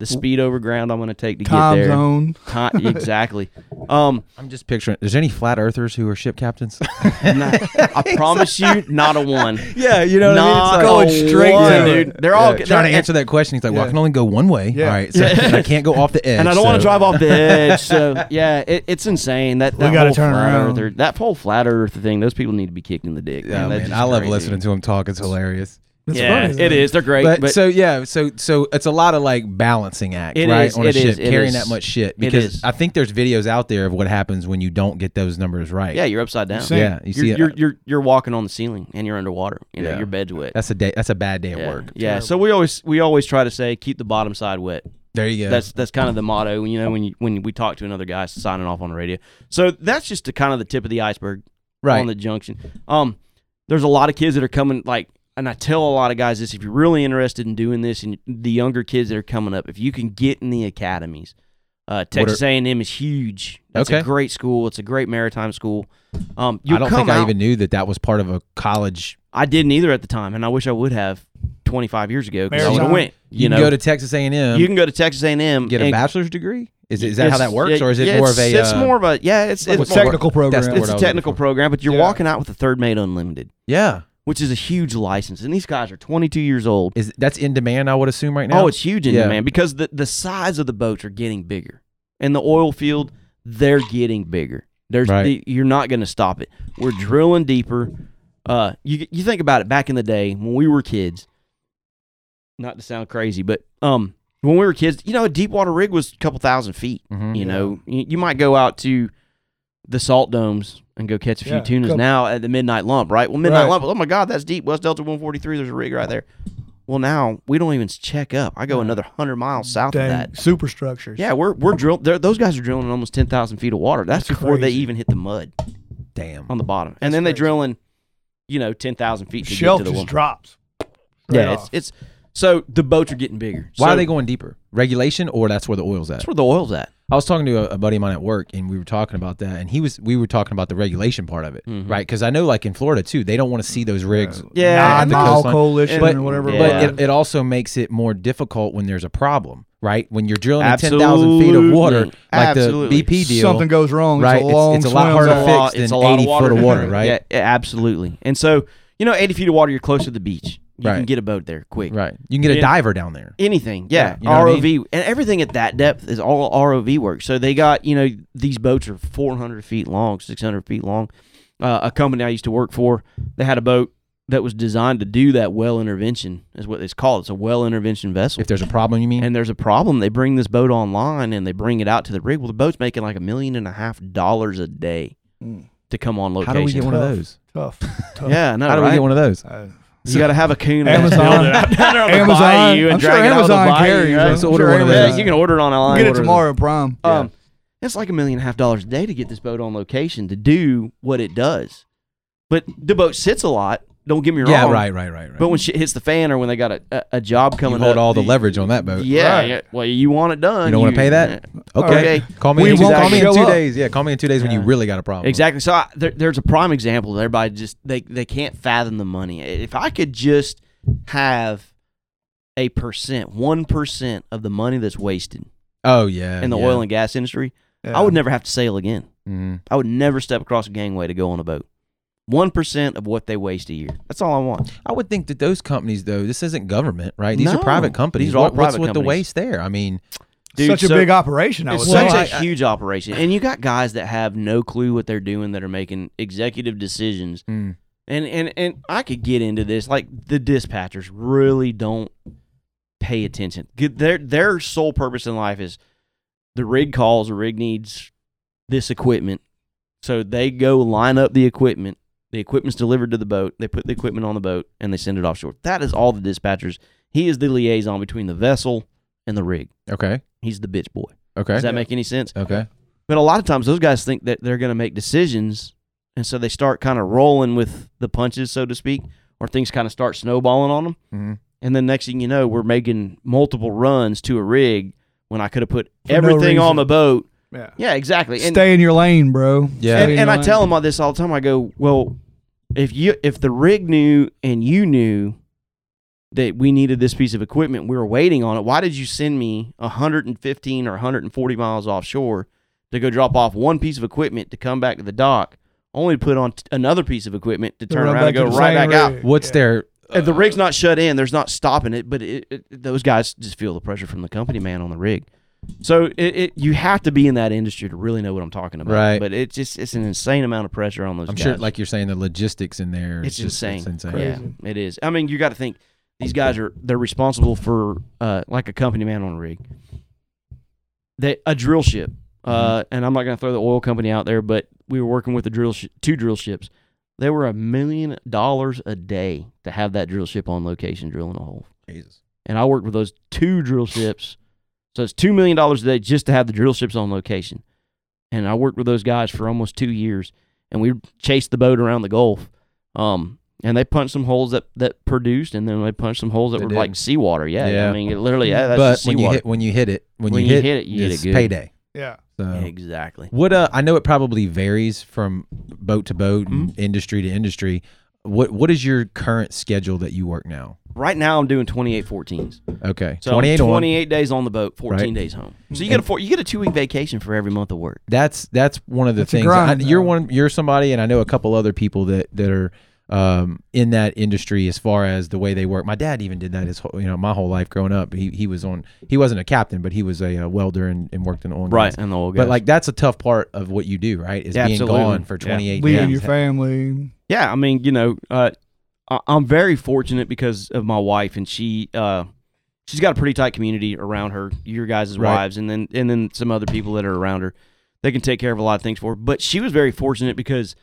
S3: the speed over ground I'm gonna take to
S2: Time
S3: get there.
S2: zone.
S3: Ti- exactly. Um,
S1: I'm just picturing. Is there any flat earthers who are ship
S3: [laughs]
S1: captains?
S3: not- I
S2: [laughs]
S3: promise you, not a one.
S1: yeah, you
S3: No,
S1: It's like-
S2: Going straight
S3: one,
S2: to it.
S3: dude. They're all
S1: Yeah, trying to
S3: they're-
S1: answer that question. He's like, "Well, I
S2: Yeah.
S1: can only go one way.
S2: Yeah.
S1: All right, so
S3: Yeah.
S1: and I can't go off the edge."
S3: [laughs] and I don't want to
S1: so-
S3: drive off
S1: [laughs]
S3: the edge. So yeah, it, it's insane. That,
S2: We
S3: that
S2: gotta
S3: whole
S2: turn
S3: flat
S2: around.
S3: earther, that whole flat earth thing. Those people need to be kicked in the dick.
S1: Yeah,
S3: man. That's
S1: man,
S3: just
S1: I love
S3: crazy.
S1: listening to him talk. It's hilarious.
S2: That's
S3: yeah,
S2: funny,
S3: it
S2: though.
S3: is. They're great,
S1: But,
S3: but,
S1: so yeah, so so it's a lot of like balancing act,
S3: It
S1: right?
S3: is,
S1: on a
S3: it
S1: ship,
S3: is, it
S1: carrying
S3: is.
S1: that much shit.
S3: It
S1: Because
S3: is.
S1: I think there's videos out there of what happens when you don't get those numbers right.
S3: yeah, you're upside down.
S2: Same.
S1: yeah. You
S3: You're,
S1: see, uh, it-
S3: you're you're you're walking on the ceiling and you're underwater. You know
S1: Yeah.
S3: your bed's wet.
S1: that's a day. That's a bad day at
S3: yeah.
S1: work.
S3: Yeah. So we always we always try to say keep the bottom side wet.
S1: There you go.
S3: That's that's kind of the motto. You know when you when we talk to another guy signing off on the radio. So that's just the kind of the tip of the iceberg.
S1: right.
S3: on the junction. Um, there's a lot of kids that are coming like, and I tell a lot of guys this: if you're really interested in doing this, and the younger kids that are coming up, if you can get in the academies, uh, Texas A&M is huge. That's
S1: Okay.
S3: a great school. It's a great maritime school. Um, you
S1: I don't
S3: come
S1: think
S3: out,
S1: I even knew that that was part of a college.
S3: I didn't either at the time, and I wish I would have 25 years ago because I would have
S2: Maritime.
S3: went.
S1: You,
S3: You,
S1: can
S3: know,
S1: go to Texas A and M.
S3: you can go to Texas A&M,
S1: get a
S3: and
S1: bachelor's degree. Is, it, is that how
S3: it's-
S1: that works,
S3: yeah,
S1: or is it
S3: yeah,
S1: more
S3: it's,
S1: of a?
S3: It's
S1: uh,
S3: more of a yeah. It's
S1: What's
S3: it's,
S2: It's a
S1: more-
S2: technical program.
S1: that's the word I
S3: it's a
S1: was looking
S3: technical
S1: for.
S3: program, but you're
S2: Yeah.
S3: walking out with a third mate unlimited.
S1: yeah.
S3: which is a huge license. And these guys are 22 years old.
S1: Is that's in demand? I would assume right now.
S3: Oh, it's huge in
S1: Yeah.
S3: demand because the, the size of the boats are getting bigger. And the oil field, they're getting bigger. There's
S1: Right.
S3: the, you're not going to stop it. We're drilling deeper. Uh, you you think about it back in the day when we were kids. Not to sound crazy, but um, when we were kids, you know, a deep water rig was a couple thousand feet.
S1: Mhm.
S3: You know, you, you might go out to the salt domes and go catch a few
S2: Yeah,
S3: tunas
S2: couple-
S3: now at the midnight lump, right? Well, midnight
S2: Right.
S3: lump. Oh my God, that's deep. West Delta 143. There's a rig right there. Well, now we don't even check up. I go another hundred miles south of
S2: Dang,
S3: that.
S2: superstructures.
S3: Yeah, we're we're drilling. Those guys are drilling almost ten thousand feet of water. That's,
S2: That's
S3: before they
S2: crazy.
S3: even hit the mud
S1: damn.
S3: on the bottom, and then they drill in, you know, ten thousand feet to
S2: Shelf
S3: get to the
S2: just
S3: lump.
S2: drops. Straight
S3: Yeah, it's
S2: off.
S3: it's so the boats are getting bigger.
S1: Why
S3: So
S1: are they going deeper? Regulation, or that's where the oil's at.
S3: That's where the oil's at.
S1: I was talking to a, a buddy of mine at work, and we were talking about that, and he was we were talking about the regulation part of it,
S3: Mhm.
S1: right? Because I know, like in Florida too, they don't want to see those rigs.
S3: Yeah,
S1: at
S2: nine
S1: the
S2: mile
S1: coastline.
S2: coalition
S1: But-
S2: or whatever.
S3: Yeah.
S1: But
S2: was.
S1: it, it also makes it more difficult when there's a problem, right? When you're drilling in ten thousand feet of water,
S3: Absolutely.
S1: like
S3: Absolutely.
S1: the BP deal,
S2: something goes wrong.
S1: right?
S2: It's a
S1: It's-
S2: long
S1: it's a lot
S2: swim
S1: harder
S2: zone.
S1: to
S3: It's a lot-
S1: fix than
S3: it's a lot of
S1: 80
S3: water.
S1: foot of
S3: [laughs]
S1: water, right?
S3: Yeah, yeah, absolutely. And so, you know, 80 feet of water, you're close to the beach. You can
S1: Right.
S3: get a boat there quick.
S1: right? You can get a
S3: Yeah.
S1: diver down there.
S3: Anything.
S1: Yeah,
S3: Yeah.
S1: you know what I
S3: ROV. And everything at that depth is all ROV work. So they got, you know, these boats are 400 feet long, 600 feet long. Uh, a company I used to work for, they had a boat that was designed to do that well intervention, is what it's called. It's a well intervention vessel.
S1: If there's a problem, you mean?
S3: and there's a problem, they bring this boat online and they bring it out to the rig. Well, the boat's making like a million and a half dollars a day
S2: Mm.
S3: to come on
S1: Hmm. How
S3: location.
S1: do we get one of
S2: Tough.
S1: those?
S3: [laughs]
S2: Tough. tough.
S3: Yeah, no,
S1: How do we
S3: right?
S1: get one of those?
S2: Uh,
S3: You got to have a coon.
S2: Amazon.
S3: [laughs]
S2: Amazon.
S3: You and
S2: I'm sure
S3: drag it out of the
S2: Amazon
S3: bayou,
S2: carries
S3: right?
S2: them.
S1: I'm sure
S3: Yeah,
S1: Amazon-
S3: You can order it on online.
S2: Get it
S3: order
S2: tomorrow, prime.
S3: Um, It's like a million and a half dollars a day to get this boat on location to do what it does. But the boat sits a lot. Don't get me wrong.
S1: Yeah, right, right, right, right.
S3: But when shit hits the fan or when they got a, a, a job
S1: you
S3: coming
S1: hold
S3: up,
S1: all the
S3: you-
S1: leverage on that boat.
S3: Yeah,
S2: Right.
S3: yeah. Well, you want it done.
S1: You don't want to pay that? Okay.
S3: Okay.
S1: Call me
S2: We
S1: in two,
S2: won't
S1: call me in
S2: show
S1: two
S2: up.
S1: days. Yeah, call me in two days when you
S3: Yeah.
S1: really got a problem.
S3: Exactly. So I, there, there's a prime example. that Everybody just they they can't fathom the money. If I could just have a percent, one percent of the money that's wasted
S1: Oh yeah.
S3: in the
S1: yeah.
S3: oil and gas industry, I would never have to sail again.
S1: Mhm.
S3: I would never step across a gangway to go on a boat. One percent of what they waste a year. That's all I want.
S1: Mm-hmm. I would think that those companies though, this isn't government, right? These are
S3: No.
S1: private companies.
S3: These are all
S1: What- what's
S3: private
S1: with the
S3: companies.
S1: waste there? I mean,
S3: Dude,
S2: such a
S3: so-
S2: big operation. I would
S3: It's
S1: Well,
S2: say.
S3: such a
S1: I- I-
S3: huge operation, and you got guys that have no clue what they're doing that are making executive decisions
S1: mm,
S3: and and and I could get into this. Like the dispatchers really don't pay attention. Get- Their their sole purpose in life is the rig calls. The rig needs this equipment, so they go line up the equipment. The equipment's delivered to the boat. They put the equipment on the boat and they send it offshore. That is all the dispatchers. He is the liaison between the vessel and the rig.
S1: okay.
S3: He's the bitch boy.
S1: Okay.
S3: Does that make any sense?
S1: okay.
S3: But a lot of times those guys think that they're going to make decisions, and so they start kind of rolling with the punches, so to speak, or things kind of start snowballing on them.
S1: Mhm.
S3: And then next thing you know, we're making multiple runs to a rig when I could have put
S2: For no
S3: everything on
S2: reason.
S3: the boat.
S2: Yeah.
S3: Yeah, exactly. And,
S2: Stay in your lane, bro.
S1: Yeah.
S2: Stay
S3: and,
S2: in
S3: and
S2: your
S3: I
S2: lane.
S3: tell them all this all the time. I go, well, if you if the rig knew and you knew that we needed this piece of equipment, we were waiting on it. Why did you send me 115 or 140 miles offshore to go drop off one piece of equipment to come back to the dock, only to put on t- another piece of equipment to
S2: To
S3: turn
S2: run
S3: around and
S2: back
S3: go
S2: to the
S3: right back
S2: same
S3: out?
S2: rig.
S1: What's
S2: Yeah.
S1: their uh,
S3: If the rig's not shut in. There's not stopping it, but it, it, those guys just feel the pressure from the company man on the rig. So it, it you have to be in that industry to really know what I'm talking about.
S1: Right.
S3: But it's just it's an insane amount of pressure on those
S1: I'm
S3: guys.
S1: sure, like you're saying, the logistics in there. is
S3: it's,
S1: just-
S3: insane.
S1: It's insane.
S2: Crazy.
S3: Yeah, it is. I mean, you got to think these guys are they're responsible for uh, like a company man on a rig. They a drill ship, uh,
S1: Mm-hmm.
S3: and I'm not going to throw the oil company out there, but we were working with the drill sh- two drill ships. They were a million dollars a day to have that drill ship on location drilling a hole
S1: Jesus.
S3: and I worked with those two drill ships. So it's two million dollars a day just to have the drill ships on location. And I worked with those guys for almost two years, and we chased the boat around the Gulf. Um, and they punched some holes that that produced, and then they punched some holes that
S1: They
S3: were
S1: did.
S3: like seawater. Yeah,
S1: Yeah.
S3: I mean, it literally, yeah, that's
S1: but
S3: just
S1: when
S3: seawater.
S1: you hit when you hit it when, you, hit,
S3: it, you hit it
S1: it's
S3: good.
S1: payday.
S2: Yeah.
S1: So
S3: exactly.
S1: what? Uh, I know it probably varies from boat to boat and
S3: Mm-hmm.
S1: industry to industry. What What is your current schedule that you work now?
S3: Right now, I'm doing 28 14s.
S1: Okay,
S3: So I'm
S1: twenty eight on.
S3: 28 days on the boat, 14
S1: Right.
S3: days home. So you get a four, you get a two week vacation for every month of work.
S1: that's that's one of the
S2: That's a
S1: things.
S2: grind,
S1: I, you're
S2: though.
S1: one. You're somebody, and I know a couple other people that that are um, in that industry as far as the way they work. My dad even did that his whole, you know my whole life growing up. He he was on. He wasn't a captain, but he was a, uh welder and, and worked in oil. and gas.
S3: and the oil
S1: But like that's a tough part of what you do, right? Is
S3: Yeah,
S1: being
S3: absolutely.
S1: gone for
S3: Yeah.
S1: 28
S2: Leaving
S1: days.
S2: your family.
S3: yeah, I mean, you know, uh, I- I'm very fortunate because of my wife, and she uh, she's got a pretty tight community around her, your guys'
S1: Right.
S3: wives, and then and then some other people that are around her. They can take care of a lot of things for her. But she was very fortunate because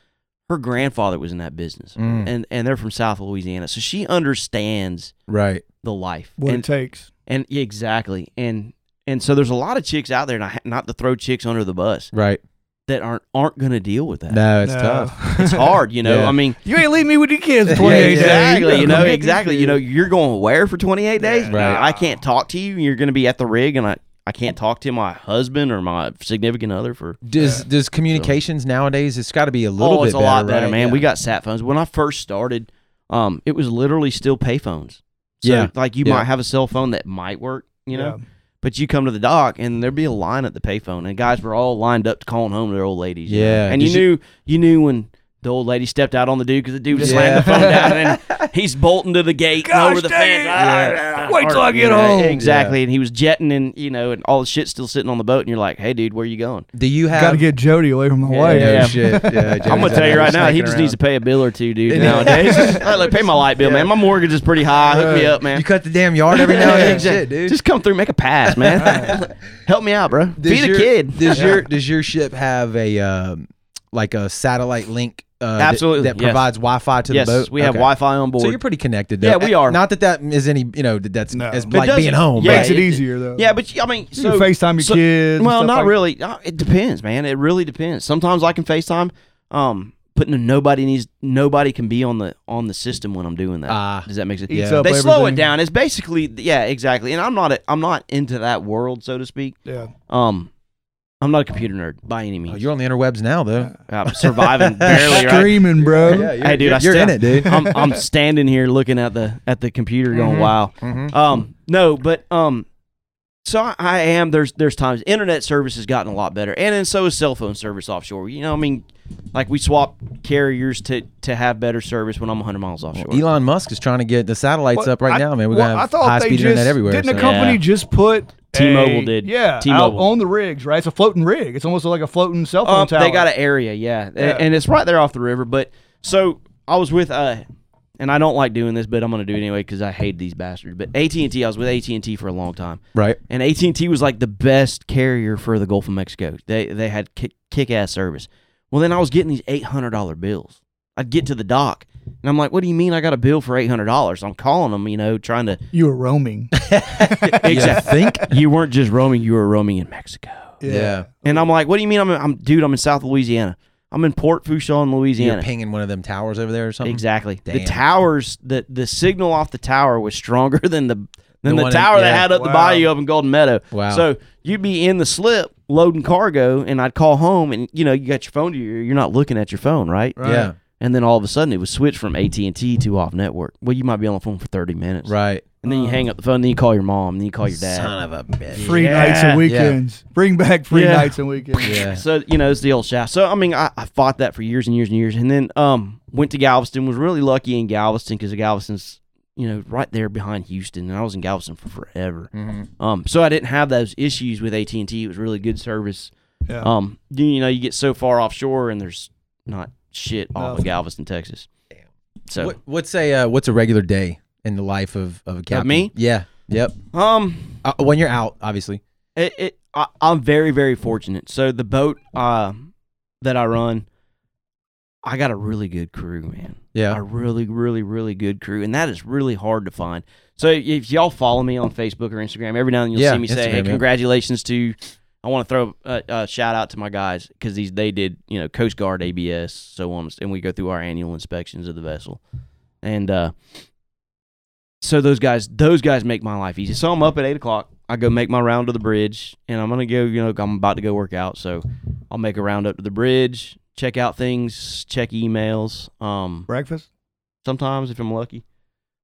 S3: her grandfather was in that business,
S1: Mm.
S3: and and they're from South Louisiana, so she understands
S1: right.
S3: the life.
S2: What it
S3: and,
S2: takes.
S3: and yeah, exactly, and and so there's a lot of chicks out there, and I, ha- not to throw chicks under the bus
S1: Right.
S3: that aren't aren't going to deal with that.
S1: No, it's
S2: No.
S1: tough.
S2: [laughs]
S3: It's hard, you know.
S1: Yeah.
S3: I mean,
S2: You ain't leave me with your kids for
S1: Yeah,
S2: 28 days.
S3: exactly.
S2: gotta [laughs]
S3: You know,
S2: come get
S3: exactly.
S2: these
S3: You know,
S2: kids.
S3: you're going where for 28 days?
S2: Yeah.
S1: Right.
S3: I can't talk to you. You're going to be at the rig, and I, I can't talk to my husband or my significant other for.
S1: Does does communications nowadays? It's got to be a little
S3: oh,
S1: bit
S3: it's a lot
S1: better,
S3: better,
S1: right?
S3: man.
S1: Yeah.
S3: We got sat phones. When I first started, um, it was literally still pay phones. So,
S1: Yeah.
S3: Like you
S1: Yeah.
S3: might have a cell phone that might work, you know.
S2: Yeah.
S3: But you come to the dock and there'd be a line at the payphone, and guys were all lined up to calling home to their old ladies. you know?
S1: Yeah.
S3: and you
S1: Did you-
S3: knew you, knew when the old lady stepped out on the dude because the dude was slamming
S1: Yeah.
S3: the phone
S1: [laughs]
S3: down and he's bolting to the gate and
S2: Gosh
S3: over the
S2: dang
S3: fence.
S2: it.
S3: Ah,
S2: Wait till I get
S3: you know,
S2: home.
S3: Exactly, and he was jetting and you know, and all the shit still sitting on the boat, and you're like, hey, dude, where you going?
S1: Do you have? Oh,
S2: Gotta get Jody away from my
S3: Yeah,
S2: wife.
S1: no
S3: yeah.
S1: shit. Yeah, Jody's
S3: [laughs] I'm gonna tell
S1: out
S3: you
S1: there
S3: right now, he
S1: snaking
S3: just needs to
S1: around.
S3: pay a bill or two,
S1: [laughs]
S3: dude. Nowadays, Hey, look, pay my light bill, man. My mortgage is pretty high. Hook me up, man.
S1: Uh, You cut the damn yard every now and
S3: [laughs] Yeah,
S1: then,
S3: exactly.
S1: shit, dude.
S3: Just come through, make a pass, man. Help me out, bro.
S1: Does
S3: Feed
S1: your-
S3: a kid. [laughs]
S1: Does your does your ship have a um, like a satellite link? Uh, that-
S3: Absolutely,
S1: That,
S3: yes.
S1: provides Wi-Fi to
S3: yes,
S1: the boat.
S3: we have
S1: Okay.
S3: Wi-Fi on board.
S1: So you're pretty connected. Though.
S3: Yeah, we are.
S1: Not that that is any, you know, that that's
S2: No.
S1: as
S2: It
S1: like
S3: doesn't-
S1: being home.
S3: Yeah,
S1: but-
S2: Makes it
S3: it-
S2: easier though.
S3: yeah, but you- I mean,
S2: Uh, You
S3: so
S2: can FaceTime your
S3: so-
S2: kids. and
S3: Well,
S2: stuff
S3: not
S2: like-
S3: really. Uh, It depends, man. It really depends. Sometimes I can FaceTime. Um, putting nobody needs nobody can be on the on the system when I'm doing that.
S1: Ah,
S3: Does that make sense?
S2: Eats
S1: Yeah.
S2: up
S3: They slow it
S2: everything.
S3: down. It's basically yeah, exactly. And I'm not a, I'm not into that world, so to speak.
S2: Yeah.
S3: Um, I'm not a computer nerd by any
S1: oh,
S3: means.
S1: you're on the interwebs now, though.
S3: I'm
S2: [laughs]
S3: surviving barely, right?
S2: Streaming, bro.
S1: you're,
S3: Hey, dude, I
S1: you're in
S3: still-
S1: it,
S3: [laughs]
S1: dude.
S3: I'm, I'm standing here looking at the at the computer going,
S2: Mm-hmm.
S1: Mhm.
S3: wow.
S1: Mhm.
S3: Um, no, but um, so I, I am. There's there's times internet service has gotten a lot better, and then so is cell phone service offshore. You know, I mean, like we swap carriers to to have better service when I'm 100 miles offshore.
S1: Elon Musk is trying to get the satellites
S2: Well,
S1: up right
S2: I-
S1: now, man. We're
S2: well,
S1: gonna
S2: I
S1: have
S2: thought
S1: high
S2: they
S1: speed
S2: just,
S1: internet everywhere.
S2: Didn't
S1: so-
S2: the company
S3: Yeah.
S2: just put
S3: T-Mobile
S2: a-
S3: did.
S2: Yeah,
S3: T-Mobile.
S2: out on the rigs, right? It's a floating rig. It's almost like a floating cell phone
S3: Um,
S2: tower.
S3: They got an area, yeah. A-
S2: Yeah.
S3: and it's right there off the river. But so I was with, uh, and I don't like doing this, but I'm gonna do it anyway because I hate these bastards. But AT and T, I was with AT and T for a long time,
S2: [laughs]
S1: right?
S3: and AT and T was like the best carrier for the Gulf of Mexico. They they had kick kick ass service. Well, then I was getting these eight hundred dollar bills. I'd get to the dock, and I'm like, "What do you mean I got a bill for eight hundred dollars?" I'm calling them, you know, trying to
S1: [laughs]
S2: You were roaming.
S1: You
S3: exactly.
S1: think?
S3: you weren't just roaming; you were roaming in Mexico.
S1: Yeah.
S3: And I'm like, what do you mean? I'm, I'm dude. I'm in South Louisiana. I'm in Port Fouchon, Louisiana.
S1: You're pinging one of them towers over there or something.
S3: Exactly. The
S1: Damn.
S3: towers, the the signal off the tower was stronger [laughs] than the than
S1: The
S3: the,
S1: one in-
S3: tower they
S1: yeah.
S3: had up the
S2: Wow.
S3: bayou up in Golden Meadow.
S1: Wow.
S3: So you'd be in the slip loading cargo, and I'd call home, and you know you got your phone to your, you're not looking at your phone, right?
S2: Right.
S1: Yeah.
S3: And then all of a sudden it was switched from AT and T to off network. Well, you might be on the phone for thirty minutes,
S1: Right.
S3: and then you hang up the phone, then you call your mom, then you call your dad.
S1: Son of a bitch.
S2: Free nights
S3: Yeah.
S2: and weekends. Bring back free
S3: Yeah.
S2: nights and weekends.
S1: Yeah.
S3: So you know it's the old shaft. So I mean, I, I fought that for years and years and years, and then um went to Galveston. Was really lucky in Galveston because Galveston's you know right there behind Houston, and I was in Galveston for forever.
S1: Mhm.
S3: Um, so I didn't have those issues with AT and T. It was really good service.
S2: Yeah.
S3: Um, you, you know, you get so far offshore, and there's not shit off of
S2: Nothing.
S3: Galveston, Texas. So
S1: What, what's a uh, what's a regular day in the life of of a captain?
S3: me?
S1: Yeah. Yep.
S3: um,
S1: Uh, when you're out, obviously.
S3: it, it I, I'm very very fortunate. So the boat uh that I run, I got a really good crew, man.
S1: Yeah.
S3: a really, really, really good crew, and that is really hard to find. So if y'all follow me on Facebook or Instagram, every now and then you'll
S1: Yeah,
S3: see me say,
S1: Instagram,
S3: "Hey,
S1: yeah.
S3: congratulations to." I want to throw a, a shout out to my guys because these they did you know Coast Guard ABS so on, and we go through our annual inspections of the vessel, and uh, so those guys those guys make my life easy. So I'm up at eight o'clock. I go make my round to the bridge, and I'm gonna go. You know, I'm about to go work out, so I'll make a round up to the bridge, check out things, check emails. Um,
S2: Breakfast.
S3: sometimes if I'm lucky.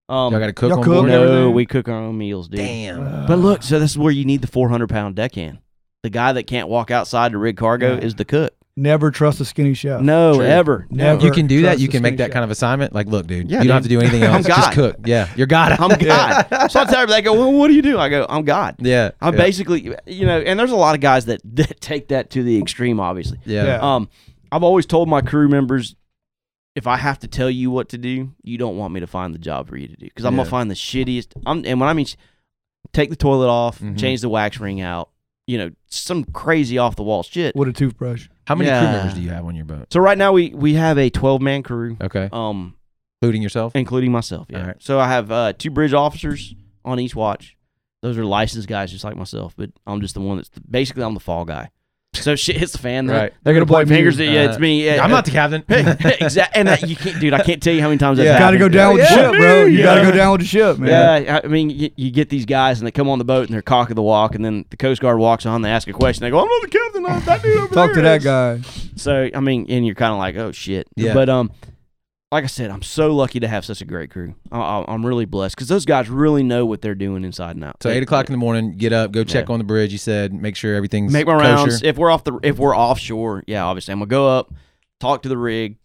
S3: Um,
S1: Y'all got to cook
S2: y'all
S1: on
S2: cook
S1: board.
S2: and everything?
S3: no, we cook our own meals, dude.
S1: Damn.
S3: But look, so this is where you need the 400 pound deckhand. The guy that can't walk outside to rig cargo
S2: Yeah.
S3: is the cook.
S2: never trust a skinny chef.
S3: no,
S1: Oh, true.
S3: ever.
S2: Never.
S1: [laughs] You can do that.
S2: trust
S1: You
S2: a
S1: can make
S2: skinny
S1: that
S2: chef.
S1: kind of assignment. Like, look, dude,
S3: Yeah,
S1: you
S3: dude.
S1: don't have to do anything
S3: [laughs] I'm
S1: else. Just
S3: God.
S1: cook. Yeah, you're God.
S3: I'm God. so I tell everybody, they go, well, what do you do? I go, I'm God.
S1: [laughs] yeah.
S3: I'm
S1: yeah.
S3: basically, you know, and there's a lot of guys that, [laughs] that take that to the extreme, obviously.
S1: Yeah.
S2: Yeah.
S3: Um, I've always told my crew members, if I have to tell you what to do, you don't want me to find the job for you to do because I'm
S1: Yeah.
S3: gonna find the shittiest. I'm and when I mean, sh- take the toilet off,
S1: Mhm.
S3: change the wax ring out, you know, some crazy off the wall shit.
S2: What a toothbrush.
S1: How many crew
S3: Yeah.
S1: members do you have on your boat?
S3: So right now we we have a 12 man crew,
S1: Okay,
S3: um,
S1: including yourself.
S3: including myself. Yeah.
S1: All right.
S3: So I have uh, two bridge officers on each watch. Those are licensed guys just like myself, but I'm just the one that's basically I'm the fall guy. So shit hits the fan. they're-
S1: Right.
S3: They're gonna point
S2: blame you.
S3: fingers. at yeah, it's
S1: Uh,
S3: me. Yeah,
S1: I'm not the captain.
S3: [laughs]
S1: [laughs]
S3: exactly. And that, you can't, dude. I can't tell you how many times that's
S1: Yeah.
S2: Gotta
S3: happened.
S2: go down with
S1: Yeah.
S2: the ship, bro. You gotta
S1: Yeah.
S2: go down with the ship, man.
S3: Yeah, I mean, you, you get these guys and they come on the boat and they're cock of the walk, and then the Coast Guard walks on, they ask a question, they go, "I'm not the captain, I'm that dude over
S2: Talk to
S3: there
S2: that
S3: is."
S2: guy.
S3: So I mean, and you're kind of like, "Oh shit."
S1: Yeah.
S3: But um, like I said, I'm so lucky to have such a great crew. I, I, I'm really blessed because those guys really know what they're doing inside and out.
S1: So
S3: They-
S1: eight o'clock in the morning, get up, go check
S3: Yeah.
S1: on the bridge. You said make sure everything's
S3: make my
S1: kosher.
S3: rounds. If we're off the if we're offshore, yeah, obviously I'm gonna go up, talk to the rig,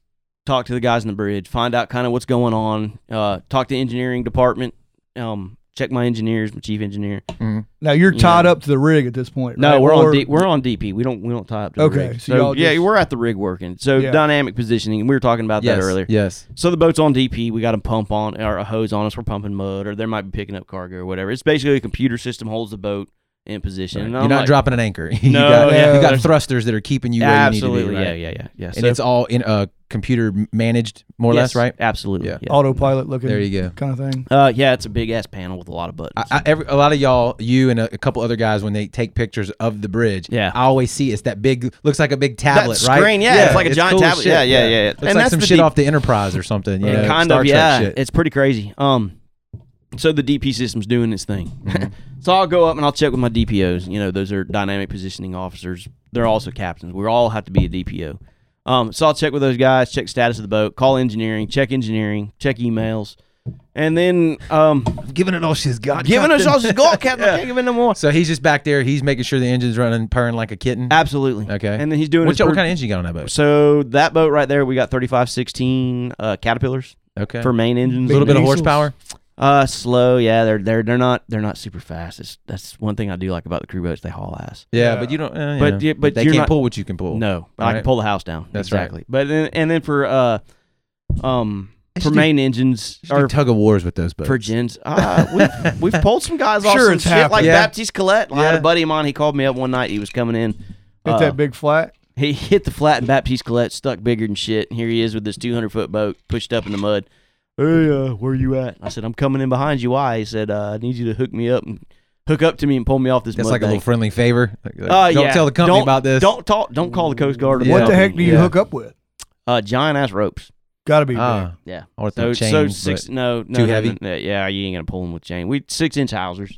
S3: talk to the guys in the bridge, find out kind of what's going on, uh, talk to engineering department, um, check my engineers, my chief engineer.
S1: Mhm.
S2: Now you're
S3: Yeah.
S2: tied up to the rig at this point.
S3: No,
S2: right?
S3: we're
S2: Or-
S3: on D, we're on DP. We don't we don't tie up to the
S2: Okay,
S3: rig.
S2: so y'all
S3: yeah,
S2: just-
S3: we're at the rig working. So
S2: Yeah.
S3: dynamic positioning. We were talking about
S1: Yes.
S3: that earlier.
S1: Yes.
S3: So the boat's on DP. We got a pump on or a hose on us. We're pumping mud, or they might be picking up cargo or whatever. It's basically a computer system holds the boat in position.
S1: You're
S3: And
S1: not
S3: I'm like-
S1: dropping an anchor. [laughs] you
S3: No,
S1: got,
S2: yeah.
S1: you got thrusters that are keeping you where
S3: Absolutely,
S1: you need to be. right?
S3: yeah, yeah, yeah, yeah.
S1: And it's all in uh, computer managed, more or less,
S3: Yes,
S1: right?
S3: Absolutely.
S1: Yeah.
S3: Yeah.
S2: autopilot looking
S1: There you go.
S2: kind of thing.
S3: Uh, yeah, it's a big ass panel with a lot of
S1: I,
S3: buttons.
S1: I, every, a lot of y'all, you and a, a couple other guys, when they take pictures of the bridge,
S3: Yeah.
S1: I always see it's that big, looks like a big tablet,
S3: That
S1: right?
S3: screen, yeah, it's like a giant
S1: cool as
S3: tablet.
S1: shit,
S3: Yeah, yeah, yeah.
S1: It's
S3: And
S1: like
S3: that's
S1: some
S3: the
S1: shit
S3: deep-
S1: off the Enterprise or something. You
S3: And
S1: know,
S3: kind
S1: Star
S3: of,
S1: Trek
S3: yeah.
S1: shit.
S3: It's pretty crazy. Um, so the DP system's doing its thing.
S1: Mm-hmm.
S3: [laughs] so I'll go up and I'll check with my DPOs. You know, those are dynamic positioning officers. They're also captains. We all have to be a DPO. Um, so I'll check with those guys, check status of the boat, call engineering, check engineering, check emails, and then
S1: [laughs]
S3: um,
S1: giving it all she's got.
S3: giving us all this [laughs] gold, captain. I
S1: [laughs]
S3: can't give it no more.
S1: So he's just back there. He's making sure the engine's running, purring like a kitten.
S3: Absolutely.
S1: Okay.
S3: And then he's doing
S1: What,
S3: his
S1: y'all- what
S3: per-
S1: kind of engine you got on that boat?
S3: So that boat right there, we got 3516 uh, Caterpillars
S1: Okay.
S3: for main
S1: a
S3: engines.
S1: little bit of
S2: diesels.
S1: horsepower.
S3: Uh, slow. Yeah, they're they're they're not they're not super fast. It's, that's one thing I do like about the crew boats. They haul ass.
S1: Yeah,
S2: Yeah.
S1: but you don't. eh, you
S3: But
S1: know,
S3: yeah, but
S1: they
S3: you're
S1: can't
S3: not-
S1: pull what you can pull.
S3: No, but I
S1: Alright.
S3: can pull the house down.
S1: That's right.
S3: exactly. But then and then for uh, um,
S1: They
S3: for
S1: should do-
S3: main engines
S1: Just do
S3: or
S1: tug of wars with those boats. [laughs]
S3: for gens, uh, we've we've pulled some guys off
S2: Sure,
S3: some
S2: it's
S3: shit
S2: happened.
S3: like
S1: Yeah.
S3: Baptiste Collette. I had
S1: Yeah.
S3: a buddy of mine. He called me up one night. He was coming in.
S2: Hit
S3: uh,
S2: that big flat.
S3: He hit the flat and Baptiste Collette stuck bigger than shit. And here he is with this 200 foot boat pushed up in the mud. Hey, uh, where you at? I said, I'm coming in behind you. Why? He said, uh, I need you to hook me up and hook up to me and pull me off
S1: [laughs]
S3: this
S1: That's
S3: mud
S1: like a
S3: bank.
S1: little friendly favor. Like, like,
S3: Uh,
S1: don't
S3: yeah.
S1: tell the company
S3: Don't-
S1: about this.
S3: Don't talk. Don't call the Coast Guard. or
S1: Yeah.
S2: What the heck do you
S3: Yeah.
S2: hook up with?
S3: Uh, giant ass ropes.
S2: Got to be. big.
S1: Ah,
S3: Yeah.
S1: I would've
S3: So
S1: thought chain,
S3: so
S1: but-
S3: six. No, no.
S1: Too
S3: no,
S1: heavy?
S3: no, no, yeah, you ain't gonna pull them with chain. We six inch housers,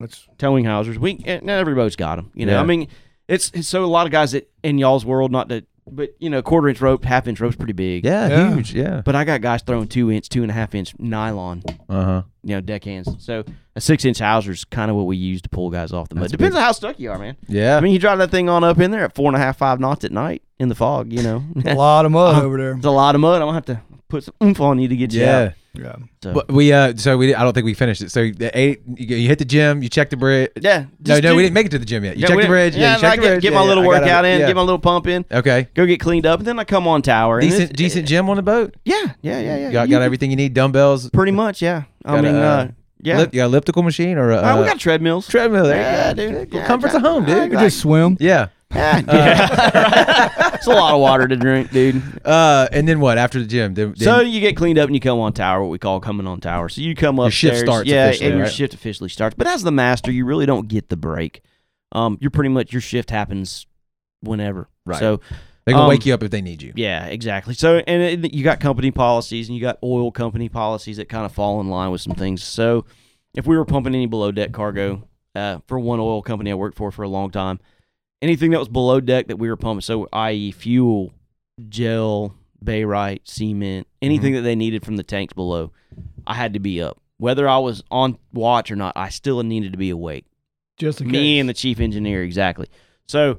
S2: That's
S3: towing housers. We eh, not every boat's got them. You know.
S1: Yeah.
S3: I mean, it's, it's so a lot of guys that in y'all's world, not that, but you know, quarter inch rope, half inch rope's pretty big.
S1: yeah,
S2: Yeah.
S1: huge. Yeah.
S3: But I got guys throwing two inch, two and a half inch nylon.
S1: Uh huh.
S3: You know, deck hands. So a six inch houser's kind of what we use to pull guys off the mud.
S1: That's
S3: Depends
S1: big.
S3: on how stuck you are, man.
S1: Yeah.
S3: I mean, you drive that thing on up in there at four and a half, five knots at night in the fog.
S1: [laughs]
S3: You know,
S2: a lot of mud
S3: Uh,
S2: over there.
S3: It's a lot of mud. I'm gonna have to put some oomph on you to get you
S1: yeah.
S3: out.
S2: Yeah.
S3: So-
S1: But we uh so we I don't think we finished it. So the eight you you hit the gym, you check the bridge.
S3: yeah.
S1: No,
S3: just
S1: no,
S3: do-
S1: we didn't make it to the gym yet. You
S3: Yeah,
S1: check the
S3: we didn't-
S1: bridge.
S3: Yeah,
S1: you check
S3: I
S1: the
S3: get,
S1: bridge.
S3: get
S1: Yeah,
S3: my
S1: yeah,
S3: little
S1: I gotta-
S3: workout in,
S1: yeah.
S3: get my little pump in,
S1: Okay.
S3: go get cleaned up, and then I come on tower. and
S1: Decent
S3: it's-
S1: decent gym on the boat.
S3: Yeah, yeah, yeah, yeah.
S1: Got
S3: You
S1: got
S3: can-
S1: everything you need, dumbbells.
S3: Pretty much, yeah. I
S1: Got
S3: mean,
S1: a,
S3: uh, yeah.
S1: Ellip- you got elliptical machine or a
S3: Uh, we
S1: uh,
S3: got treadmills.
S1: treadmill there.
S3: Yeah,
S1: you go.
S3: dude.
S1: Well,
S3: Yeah,
S1: comfort's
S3: I-
S1: at home, Uh,
S3: I
S2: You
S1: dude.
S2: could
S3: like-
S2: just swim.
S3: [laughs]
S1: Yeah.
S3: yeah, yeah. it's a lot of water to
S1: [laughs]
S3: drink, dude.
S1: Uh and then what after the gym? Then,
S3: so
S1: then-
S3: you get cleaned up and you come on tower, what we call coming on tower. So you come up,
S1: Your shift starts
S3: yeah,
S1: officially,
S3: and your
S1: right?
S3: shift officially starts. But as the master, you really don't get the break. Um, you're pretty much your shift happens whenever.
S1: Right.
S3: So
S1: they can
S3: um,
S1: wake you up if they need you.
S3: yeah, exactly. So and it, you got company policies and you got oil company policies that kind of fall in line with some things. So if we were pumping any below deck cargo uh, for one oil company I worked for for a long time, anything that was below deck that we were pumping, so i.e. fuel, gel, bayrite, cement, anything that they needed from the tanks below, I had to be up. Whether I was on watch or not, I still needed to be awake.
S2: Just in
S3: Me
S2: case.
S3: and the chief engineer, exactly. So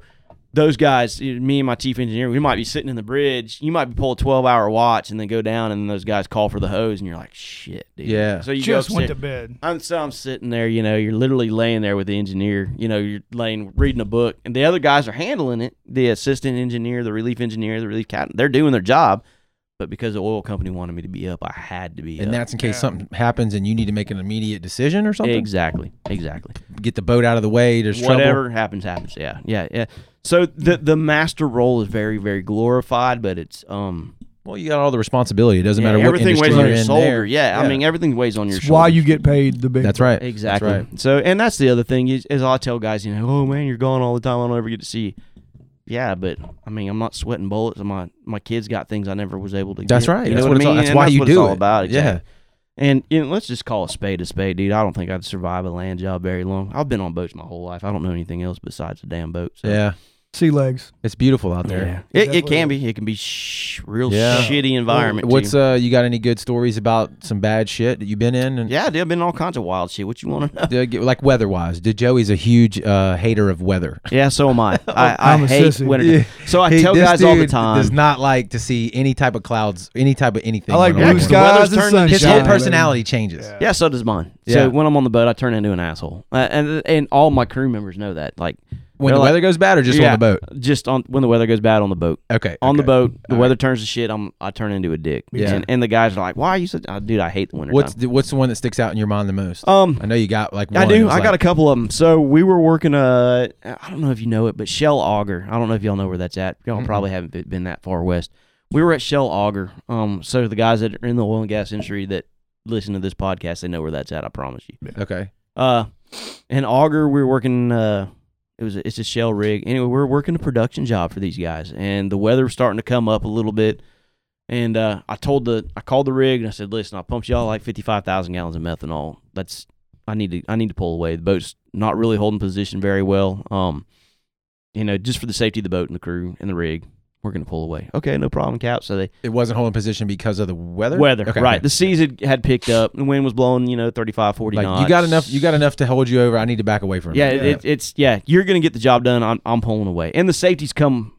S3: those guys, me and my chief engineer, we might be sitting in the bridge. You might be pull a twelve hour watch and then go down, and then those guys call for the hose, and you're like, shit, dude.
S1: Yeah.
S3: So you
S2: just
S3: go
S2: went
S3: sit-
S2: to bed.
S3: I'm so I'm sitting there, you know, you're literally laying there with the engineer, you know, you're laying reading a book, and the other guys are handling it. The assistant engineer, the relief engineer, the relief captain, they're doing their job. But because the oil company wanted me to be up, I had to be
S1: And
S3: up.
S1: that's in case
S2: Yeah.
S1: something happens and you need to make an immediate decision or something.
S3: Exactly, exactly.
S1: Get the boat out of the way. There's
S3: Whatever happens, happens. Yeah, yeah, yeah. So the the master role is very, very glorified, but it's um
S1: trouble. Well, you got all the responsibility. It doesn't matter
S3: yeah,
S1: what
S3: everything
S1: industry
S3: weighs on
S1: you're
S3: your
S1: in
S3: shoulder.
S1: there.
S3: Yeah, I
S1: Yeah.
S3: mean everything weighs on your
S2: It's
S3: shoulder.
S2: why you get paid the big.
S1: That's right. That's
S3: Exactly.
S1: right.
S3: So, and that's the other thing is, is I tell guys, you know, oh man, you're gone all the time. I don't ever get to see. you." Yeah, but I mean, I'm not sweating bullets. My my kids got things I never was able to.
S1: That's
S3: get.
S1: right.
S3: You know
S1: that's what,
S3: I
S1: it's all,
S3: mean?
S1: that's
S3: And
S1: why you
S3: what
S1: do
S3: it's all
S1: it.
S3: about.
S1: Yeah.
S3: exactly. And you know, let's just call a spade a spade, dude. I don't think I'd survive a land job very long. I've been on boats my whole life. I don't know anything else besides a damn boat. So.
S1: Yeah.
S2: Sea legs.
S1: It's beautiful out there.
S3: Yeah. It,
S2: Exactly.
S3: it can be. It can be sh- real
S1: Yeah.
S3: shitty environment.
S1: What's
S3: up?
S1: uh you got any good stories about some bad shit that you've been in and
S3: Yeah, dude, I've been in all kinds of wild shit. What you want to know?
S1: Uh, get- like weather wise? Did Joey's a huge uh hater of weather.
S3: [laughs] Yeah, so
S1: [laughs]
S3: am I. I, I
S2: I'm a
S3: hate
S2: sissy.
S3: winter.
S1: Yeah.
S3: So I
S1: He-
S3: tell
S1: this
S3: guys all the
S1: dude
S3: time.
S1: Does not like to see any type of clouds, any type of anything.
S2: I like
S1: going on in
S2: blue
S1: the
S3: sky.
S1: morning.
S2: skies and
S3: weather's
S2: sunshine.
S3: turning
S1: His whole
S3: Yeah.
S1: personality changes.
S2: Yeah.
S3: Yeah, so does mine.
S1: Yeah.
S3: So when I'm on the boat, I turn into an asshole, uh, and and all my crew members know that. Like
S1: When
S3: They're
S1: the
S3: like-
S1: weather goes bad or just
S3: Yeah.
S1: on the boat?
S3: just on when the weather goes bad on the boat,
S1: Okay.
S3: on the
S1: okay.
S3: boat, the
S1: All
S3: weather turns to shit. I'm I turn into a dick.
S1: Yeah.
S3: And, and the guys are like, "Why are you such? Oh, dude, I hate the winter
S1: What's
S3: time."
S1: the, what's the one that sticks out in your mind the most?
S3: Um,
S1: I know you got like one.
S3: I do.
S1: that was
S3: I got a
S1: like-
S3: couple of them. So we were working. Uh, I don't know if you know it, but Shell Auger. I don't know if y'all know where that's at. Y'all
S1: Mm-mm.
S3: probably haven't be- been that far west. We were at Shell Auger. Um, so the guys that are in the oil and gas industry that listen to this podcast, they know where that's at. I promise you.
S1: Okay.
S3: Uh, and auger, we were working. Uh, it was a, it's a shell rig. Anyway, we were working a production job for these guys, and the weather was starting to come up a little bit. And uh, I told the I called the rig and I said, "Listen, I pumped y'all like fifty five thousand gallons of methanol. That's I need to I need to pull away. The boat's not really holding position very well. Um, you know, just for the safety of the boat and the crew and the rig." We're gonna pull away. Okay, no problem, Cap. So they
S1: It wasn't holding position because of the weather. Okay,
S3: right?
S1: okay.
S3: The seas had, had picked up. The wind was blowing, you know, 35, 40
S1: Like
S3: knots.
S1: you got enough. You got enough to hold you over. I need to back away from.
S3: Yeah,
S1: it.
S3: it, it, it's yeah. You're gonna get the job done. I'm I'm pulling away, and the safety's come.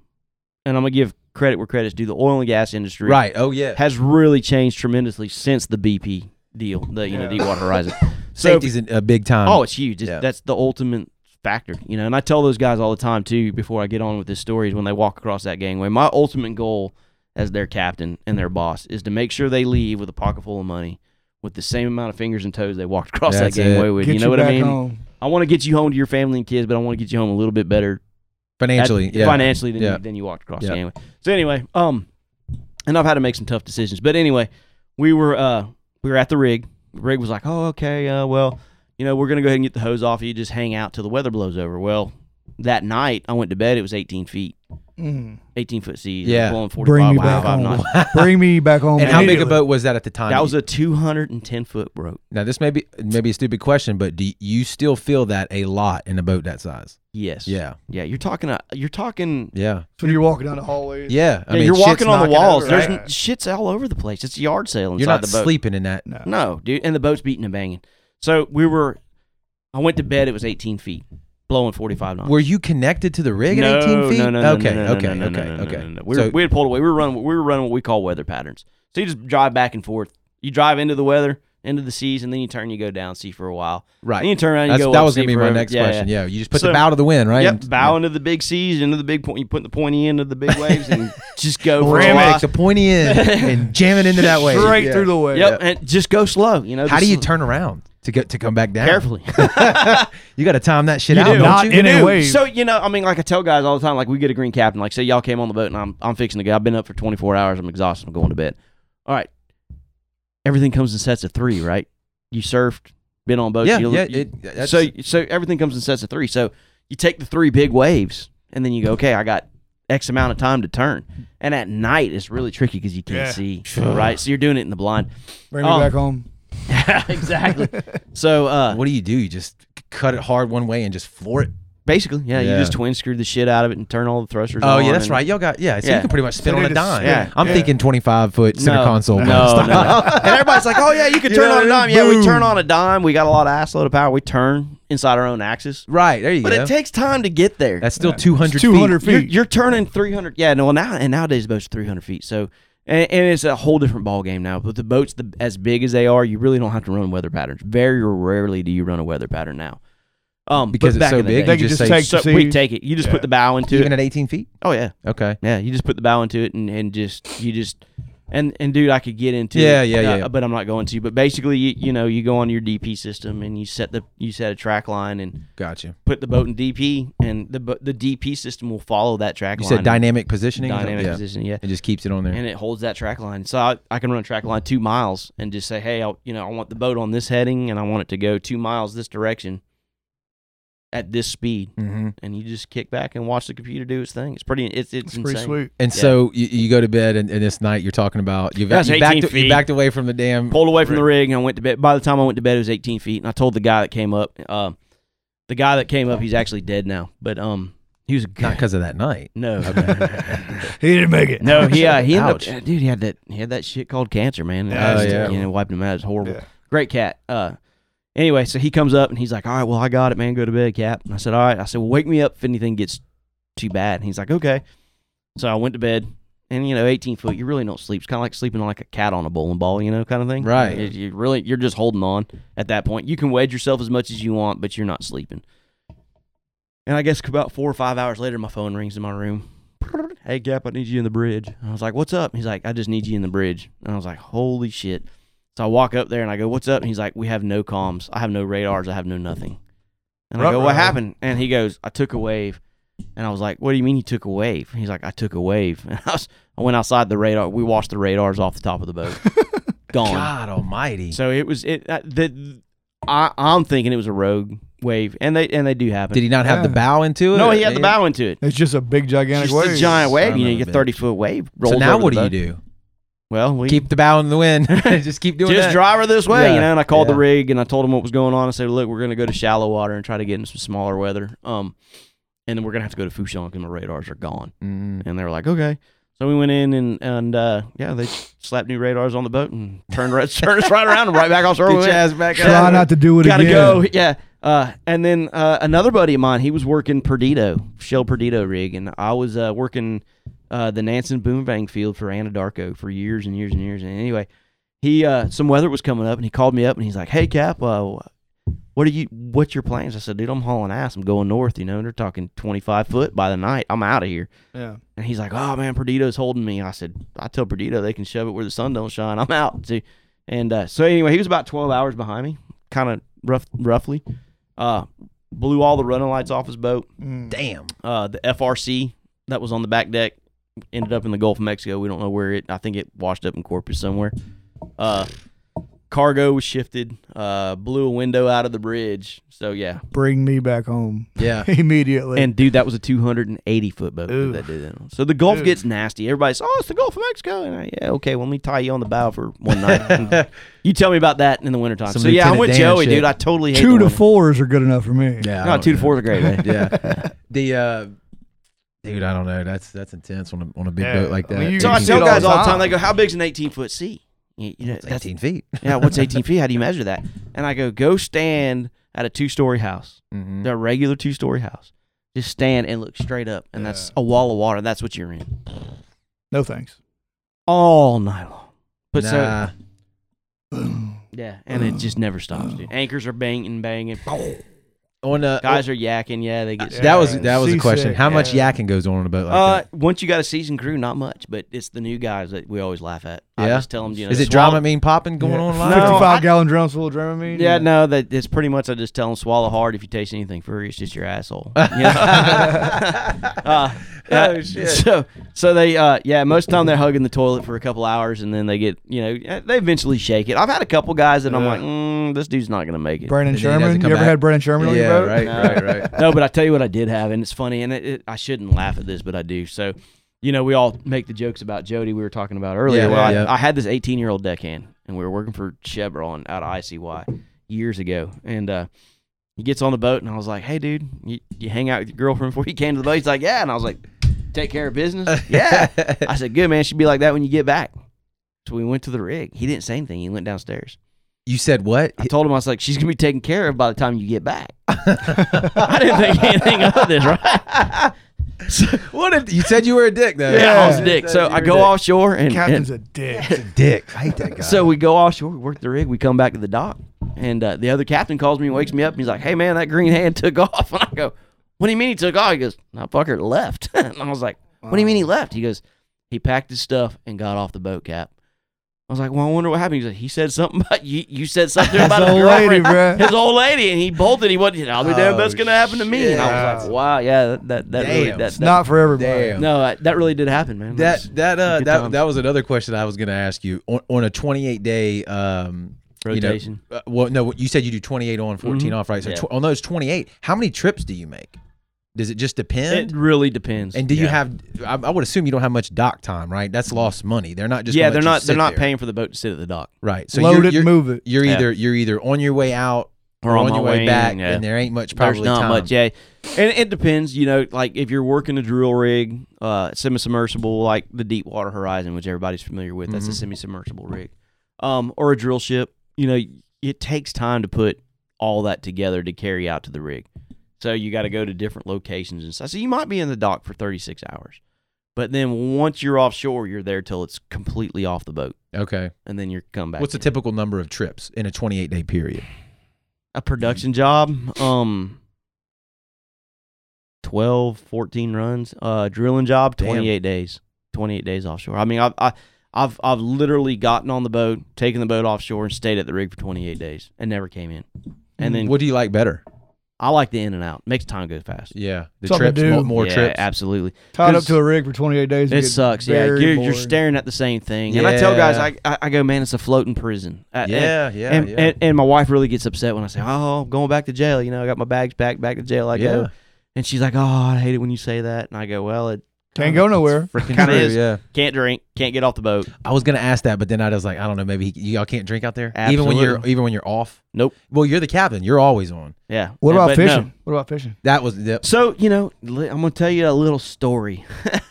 S3: And I'm gonna give credit where credit's due. The oil and gas industry
S1: right. Oh yeah.
S3: has really changed tremendously since the BP deal, the you know
S2: Yeah.
S3: Deepwater Horizon. So-
S1: Safety's a, a big time.
S3: Oh, it's huge. It's-
S1: Yeah.
S3: That's the ultimate factor, you know. And I tell those guys all the time too. Before I get on with this story, is when they walk across that gangway. My ultimate goal as their captain and their boss is to make sure they leave with a pocket full of money, with the same amount of fingers and toes they walked across
S1: That's
S3: that gangway
S1: it.
S3: with.
S2: Get
S3: you know what
S2: back
S3: I mean?
S2: Home.
S3: I want to get you home to your family and kids, but I want to get you home a little bit better at-
S1: financially. yeah.
S3: financially than,
S1: Yeah.
S3: you, than you walked across
S1: Yeah.
S3: anyway. So anyway, um, and I've had to make some tough decisions, but anyway, we were uh we were at the rig. The rig was like, oh okay, uh, well you know, we're going to go ahead and get the hose off. You just hang out till the weather blows over. Well, that night I went to bed. It was 18 feet, 18 foot seas. It was
S1: Yeah.
S3: blowing 45,
S2: Mm. Bring me back
S3: 45
S2: home.
S3: knots.
S2: [laughs] Bring me back home.
S1: And how big a
S2: immediately.
S1: boat was that at the time?
S3: That
S1: [laughs]
S3: was a 210 foot rope.
S1: now this may be maybe a stupid question, but do you still feel that a lot in a boat that size?
S3: Yes.
S1: Yeah,
S3: Yeah. You're talking. uh, You're talking.
S1: yeah,
S2: So when you're walking down the hallway.
S1: yeah. I
S3: yeah,
S1: mean,
S3: you're
S1: shit's
S3: walking on the
S1: knocking
S3: walls.
S1: over,
S3: There's
S1: right?
S3: n- shit's all over the place. It's a yard sale inside
S1: You're not
S3: the boat.
S1: sleeping in that.
S2: No.
S3: No, dude. And the boat's beating and banging. So we were. I went to bed. It was 18 feet, blowing 45 knots.
S1: Were you connected to the rig
S3: no,
S1: at 18 feet?
S3: No, no, no,
S1: okay,
S3: no, no,
S1: okay,
S3: no, no,
S1: okay,
S3: no, no,
S1: okay.
S3: no, no. We, were, we had pulled away. We were running. We were running what we call weather patterns. So you just drive back and forth. You drive into the weather, into the seas, and then you turn. You go down sea for a while.
S1: right.
S3: Then you turn around. And you
S1: That's,
S3: go
S1: that
S3: up
S1: was
S3: sea
S1: gonna be my
S3: forever.
S1: next
S3: Yeah, yeah.
S1: question. Yeah, you just put
S3: So-
S1: the bow to the wind, right?
S3: Yep,
S1: And-
S3: bow into the big seas, into the big point. You put the pointy end of the big
S1: [laughs]
S3: waves and just go for a
S1: Ram
S3: while.
S1: it the pointy
S3: [laughs]
S1: end and jam it into that way.
S2: Straight
S1: Yeah.
S2: through the way.
S3: Yep, and just go slow. You know,
S1: How do
S3: just
S1: you turn around to get to come back down?
S3: carefully?
S1: [laughs] You got to time that shit
S2: You
S1: out.
S2: do.
S1: don't
S2: Not
S1: you?
S2: in a
S3: Dude,
S2: way.
S3: So you know, I mean, like I tell guys all the time, like we get a green captain. Like say y'all came on the boat and I'm I'm fixing to go. I've been up for 24 hours. I'm exhausted. I'm going to bed. All right, everything comes in sets of three, right? You surfed, been on boats.
S1: yeah,
S3: you,
S1: yeah.
S3: you-
S1: it- that's-
S3: so so everything comes in sets of three. So you take the three big waves and then you go, okay, I got X amount of time to turn. And at night it's really tricky because you can't
S2: Yeah.
S1: [sighs]
S3: see, right? So you're doing it in the blind.
S2: Bring me
S3: Oh.
S2: back home.
S3: exactly. So
S1: [laughs]
S3: uh,
S1: what do you do? You just c- cut it hard one way and just floor it.
S3: basically, yeah, you
S1: Yeah.
S3: just twin screw the shit out of it and turn all the thrusters.
S1: Oh
S3: on
S1: yeah, that's
S3: and-
S1: right. Y'all got yeah. So
S3: Yeah.
S1: you can pretty much spin
S2: So
S1: on
S2: they
S1: a
S2: just
S1: dime.
S3: spin.
S1: I'm
S2: Yeah.
S1: thinking 25 foot center
S3: No.
S1: console. kind of [laughs]
S3: No, no,
S1: stuff.
S3: no. and everybody's like, "Oh yeah, you can
S1: You
S3: turn
S1: know,
S3: on a dime."
S1: then
S3: Yeah, we
S1: boom.
S3: turn on a dime. We got a lot of ass load of power. We turn inside our own axis,
S1: Right there you
S3: but
S1: go.
S3: it takes time to get there.
S1: that's still
S2: It's
S1: 200.
S2: 200
S1: feet.
S2: feet.
S3: you're, you're turning 300 yeah no well now and nowadays the boats are 300 feet so and, and it's a whole different ball game now but the boats the, as big as they are you really don't have to run weather patterns very rarely do you run a weather pattern now um
S1: because
S3: but
S1: it's
S3: back
S1: so
S3: in the
S1: big.
S3: day-
S1: You
S2: They could
S1: just
S2: just
S1: say
S2: take-
S3: so
S2: See?
S3: we take it you just put
S2: Yeah.
S3: the bow into
S1: even at
S3: it
S1: 18 feet.
S3: oh yeah
S1: Okay.
S3: yeah you just put the bow into it and, and just you just and and dude i could get into
S1: Yeah,
S3: it,
S1: yeah,
S3: uh,
S1: yeah.
S3: but i'm not going to but basically you, you know you go on your dp system and you set the you set a track line and
S1: Gotcha.
S3: put the boat in dp and the bo- the dp system will follow that track
S1: You
S3: line
S1: said dynamic positioning.
S3: dynamic
S1: yeah.
S3: position, yeah.
S1: It just keeps it on there.
S3: And it holds that track line. So I, I can run a track line two miles and just say, hey, I, you know, I want the boat on this heading and I want it to go two miles this direction at this speed.
S1: hmm
S3: And you just kick back and watch the computer do its thing. It's pretty. It's it's,
S2: It's
S3: insane.
S2: pretty sweet.
S1: And
S3: Yeah.
S1: so you, you go to bed, and, and this night you're talking about you've,
S3: That's
S1: you
S3: 18
S1: backed
S3: feet.
S1: you backed away from the damn.
S3: Pulled away from the rig and I went to bed. By the time I went to bed, it was 18 feet. And I told the guy that came up, uh, the guy that came up, he's actually dead now. But um, he was
S1: [laughs]
S3: a
S1: Not
S3: guy.
S1: because of that night.
S3: No,
S2: He didn't make it.
S3: no, he uh, he ended up,
S1: Ouch.
S3: dude. He had that he had that shit called cancer, man. And
S2: Yeah,
S3: I
S1: it's
S3: just,
S1: terrible.
S3: you know, wiped him out. It's horrible.
S2: Yeah.
S3: great cat. Uh, anyway, so he comes up and he's like, "All right, well, I got it, man. Go to bed, Cap." And I said, "All right." I said, "Well, wake me up if anything gets too bad." And he's like, "Okay." So I went to bed, and you know, 18 foot, you really don't sleep. It's kind of like sleeping like a cat on a bowling ball, you know, kind of thing.
S1: Right.
S3: You, you really, you're just holding on at that point. You can wedge yourself as much as you want, but you're not sleeping. And I guess about four or five hours later, my phone rings in my room. Hey, Cap, I need you in the bridge. And I was like, "What's up?" He's like, "I just need you in the bridge." And I was like, "Holy shit!" So I walk up there and I go, "What's up?" And he's like, "We have no comms. I have no radars. I have no nothing." And I go, "What
S2: Ruh-roh.
S3: happened?" And he goes, "I took a wave." And I was like, "What do you mean you took a wave?" And he's like, "I took a wave." [laughs] And I, was, I went outside the radar. We washed the radars off the top of the boat.
S1: [laughs]
S3: Gone.
S1: God Almighty.
S3: So it was it. Uh, the, I, I'm thinking it was a rogue wave, and they and they do happen.
S1: Did he not have the
S2: Yeah.
S1: bow into it?
S3: no, he had the
S1: Yeah.
S3: bow into it.
S2: [laughs] It's just a big gigantic
S3: Just
S2: wave.
S3: a giant wave. You know,
S1: Son of
S3: you
S1: a
S3: get
S1: bitch.
S3: 30 foot wave.
S1: So
S3: rolls
S1: now
S3: over
S1: what
S3: the
S1: do you
S3: boat.
S1: do?
S3: Well, we
S1: Keep the bow in the
S3: [laughs]
S1: wind. [laughs] just keep doing
S3: just
S1: that.
S3: drive her this way,
S1: Yeah,
S3: you know. And I called the
S1: yeah.
S3: rig and I told him what was going on. I said, look, we're gonna go to shallow water and try to get in some smaller weather. Um, and then we're gonna have to go to Fushan because my radars are gone.
S1: Mm.
S3: And they were like, okay. So we went in and and uh, yeah, they slapped new radars on the boat and turned right, [laughs] turned us right around and right back off shore.
S1: Get
S3: We
S1: your
S3: went-
S1: ass back
S3: Yeah.
S2: Try
S1: out. [laughs]
S2: not to do it
S3: gotta
S2: again.
S3: go yeah uh, and then uh, another buddy of mine he was working perdido shell perdido rig and i was uh, working uh, the nansen boomvang field for anadarko for years and years and years and anyway he uh, some weather was coming up and he called me up and he's like hey cap uh, what are you what's your plans i said dude i'm hauling ass i'm going north you know and they're talking 25 foot by the night i'm out of here
S2: Yeah.
S3: and he's like, "Oh man, Perdido's holding me." I said, "I tell Perdido they can shove it where the sun don't shine. I'm out." See? And uh, so anyway, he was about 12 hours behind me, kind of rough, roughly. Uh, blew all the running lights off his boat.
S2: Mm.
S1: Damn.
S3: Uh, the FRC that was on the back deck ended up in the Gulf of Mexico. We don't know where it. I think it washed up in Corpus somewhere. Uh, cargo was shifted, uh, blew a window out of the bridge. So yeah,
S2: Bring me back home [laughs]
S1: Yeah.
S2: immediately.
S3: and dude, that was a 280 foot boat
S2: Oof.
S3: that did that. on. So the Gulf
S2: Oof.
S3: gets nasty. Everybody's oh, it's the Gulf of Mexico, and I, yeah, okay, well, let me tie you on the bow for [laughs]
S1: [laughs]
S3: one night. you tell me about that in the wintertime.
S1: Some
S3: so yeah, I'm
S1: Lieutenant
S3: with
S1: Dan
S3: Joey,
S1: shit.
S3: dude. I totally hate
S2: two
S3: the
S2: to
S3: winter.
S2: fours are good enough for me.
S1: Yeah. I
S3: No,
S1: don't
S3: two to
S1: know.
S3: four is great. Man.
S2: [laughs]
S1: yeah. The uh dude, I don't know. That's that's intense on a on a big
S2: Yeah.
S1: boat like
S2: I
S1: that.
S2: mean, you
S3: So
S2: can
S3: I
S2: see
S3: tell
S2: it all
S3: guys
S2: the
S3: all the time,
S2: time.
S3: they go, "How big's an 18 foot sea?" You, you know,
S1: It's
S3: that's-
S1: 18 feet.
S3: yeah, what's 18 feet? How do you measure that? And I go, "Go stand at a two story house,
S1: Mhm.
S3: a regular two story house. Just stand and look straight up, and that's
S2: Yeah.
S3: a wall of water. That's what you're in
S2: No
S3: [clears throat]
S2: thanks.
S3: all night long." But so
S1: nah,
S3: Yeah, and it just never
S1: [sighs]
S3: stops, dude. Anchors are banging, banging.
S1: on a,
S3: Guys are yakking. Yeah, they get.
S2: Yeah.
S1: Oh. that was that was a
S2: Seasick,
S1: question. How much
S2: yeah.
S1: yakking goes on on a boat like
S3: Uh,
S1: that?
S3: once you got a seasoned crew, not much, but it's the new guys that we always laugh at. I
S1: Yeah?
S3: just tell them, you know,
S1: Is it
S3: swallow-
S1: drama mean popping going on live?
S3: No, I-
S1: [laughs]
S2: Fifty-five gallon drums full of Dramamine.
S3: Yeah, no, that it's pretty much. I just tell them swallow hard. If you taste anything furry, it's just
S1: [laughs]
S3: your asshole. Yeah. [laughs] Uh, yeah,
S1: Oh, shit.
S3: So, so they, uh, yeah, most of the time they're hugging the toilet for a couple hours, and then they get, you know, they eventually shake it. I've had a couple guys that I'm
S2: Yeah.
S3: like, mm, this dude's not gonna make it.
S1: And then
S2: Brandon
S1: he doesn't
S2: Sherman. You
S1: come
S2: ever
S1: back.
S2: had Brandon Sherman on your
S1: yeah,
S2: boat? [laughs]
S1: right, right, right.
S3: no, but I tell you what I did have, and it's funny, and it, it, I shouldn't laugh at this, but I do. So, you know, we all make the jokes about Jody we were talking about earlier.
S1: Yeah,
S3: well, I,
S1: yeah.
S3: I had this 18 year old deckhand, and we were working for Chevron out of ICY years ago, and uh, he gets on the boat, and I was like, "Hey, dude, you, you hang out with your girlfriend before you came to the boat?" He's like, "Yeah," and I was like, "Take care of business." [laughs]
S1: [laughs]
S3: yeah, I said, "Good man, she'd be like that when you get back." So we went to the rig. He didn't say anything. He went downstairs.
S1: You said what?
S3: I told him I was like, "She's gonna be taken care of by the time you get back." I didn't think anything of this, right? So,
S1: What? A, you said you were a dick though.
S3: [laughs] yeah, I was a
S1: You
S3: dick.
S1: said
S3: So
S1: you
S3: I
S1: were
S3: go
S1: a
S3: offshore and,
S2: Captain's
S3: and
S2: a dick. [laughs]
S1: dick. Oh, Dick. I hate that guy.
S3: so we go offshore. We work the rig. We come back to the dock, and uh, the other captain calls me and wakes me up. And he's like, "Hey man, that green hand [laughs] took off." And I go, "What do you mean he took off?" He goes, "No fucker left." [laughs] and I was like, "What do you mean he left?" He goes, "He packed his stuff and got off the boat, Cap." I was like, "Well, I wonder what happened." He's like, "He said something about you. You
S2: [laughs]
S3: said something
S2: That's
S3: about
S2: the
S3: a
S2: old lady, [laughs]
S3: girlfriend."
S2: bro.
S3: his old lady and he bolted. He wasn't. I'll be damned.
S1: Oh,
S3: That's gonna happen to me. And I was
S2: shit.
S3: like, wow, yeah, that that, that really
S1: Damn.
S3: that,
S2: It's
S3: that-
S2: not for everybody.
S1: Damn.
S3: no, I- that really did happen, man.
S1: that that uh
S3: good
S1: that
S3: times.
S1: that was another question I was going to ask you on, on a 28 day um
S3: Rotation.
S1: You know, uh, well, no, you said you do 28 on, 14
S3: Mhm.
S1: off, right? So
S3: Yeah.
S1: tw- on those 28, how many trips do you make? Does it just
S3: it
S1: depend?
S3: really depends.
S1: and do you
S3: Yeah. Mm-hmm.
S1: have? I, I would assume you don't have much dock time, right? That's lost money. They're not just
S3: yeah,
S1: gonna
S3: they're
S1: let you
S3: not. They're
S1: sit
S3: not
S1: there.
S3: paying for the boat to sit at the dock
S1: right. So
S2: Load
S1: you're,
S2: it,
S1: you're,
S2: move it.
S1: you're
S3: Yeah.
S1: either you're either on your way out or, on
S3: my
S1: your way,
S3: in,
S1: back,
S3: yeah.
S1: and there ain't much
S3: There's
S1: probably
S3: not
S1: time.
S3: much. Yeah, and it depends. You know, like if you're working a drill rig, uh, semi-submersible, like the Deepwater Horizon, which everybody's familiar with. That's a
S1: Mhm.
S3: semi-submersible rig, um, or a drill ship. You know, it takes time to put all that together to carry out to the rig. So you got to go to different locations and stuff. So you might be in the dock for 36 hours, but then once you're offshore, you're there till it's completely off the boat,
S1: Okay.
S3: and then you come back.
S1: What's a
S3: in.
S1: typical number of trips in a 28 day period?
S3: a production job um 12 14 runs uh drilling job
S1: Damn.
S3: 28 days 28 days offshore i mean i've I, i've i've literally gotten on the boat taken the boat offshore and stayed at the rig for 28 days and never came in and then
S1: What do you like better?
S3: i like the in and out makes time go fast
S1: Yeah, the
S2: Something to
S1: trips, more,
S2: do.
S1: more
S3: yeah,
S1: trips.
S3: absolutely
S2: Tied up
S3: Because-
S2: to a rig for 28 days. you
S3: it
S2: get
S3: sucks yeah
S2: very
S3: you're, you're
S2: bored.
S3: staring at the same thing and i tell guys
S1: Yeah.
S3: I, I i go man it's a floating prison Uh, and-
S1: yeah, yeah,
S3: and,
S1: yeah.
S3: and and my wife really gets upset when I say, "Oh, I'm going back to jail." You know, I got my bags packed, back to jail. I go,
S1: Yeah.
S3: and she's like, "Oh, I hate it when you say that." And I go, "Well, it
S2: Can't go nowhere.
S1: Freaking
S3: Kinda
S1: true,
S3: is.
S1: Yeah,
S3: can't drink, can't get off the boat."
S1: I was gonna ask that, but then I was like, I don't know, maybe he, y'all can't drink out there, even when you're
S3: Absolutely.
S1: even when you're off.
S3: Nope.
S1: Well, you're the captain. You're always on.
S3: Yeah.
S2: What
S3: And-
S2: about
S3: but no.
S2: fishing? What about fishing?
S1: That was the,
S3: So you know, li- I'm gonna tell you a little story. [laughs]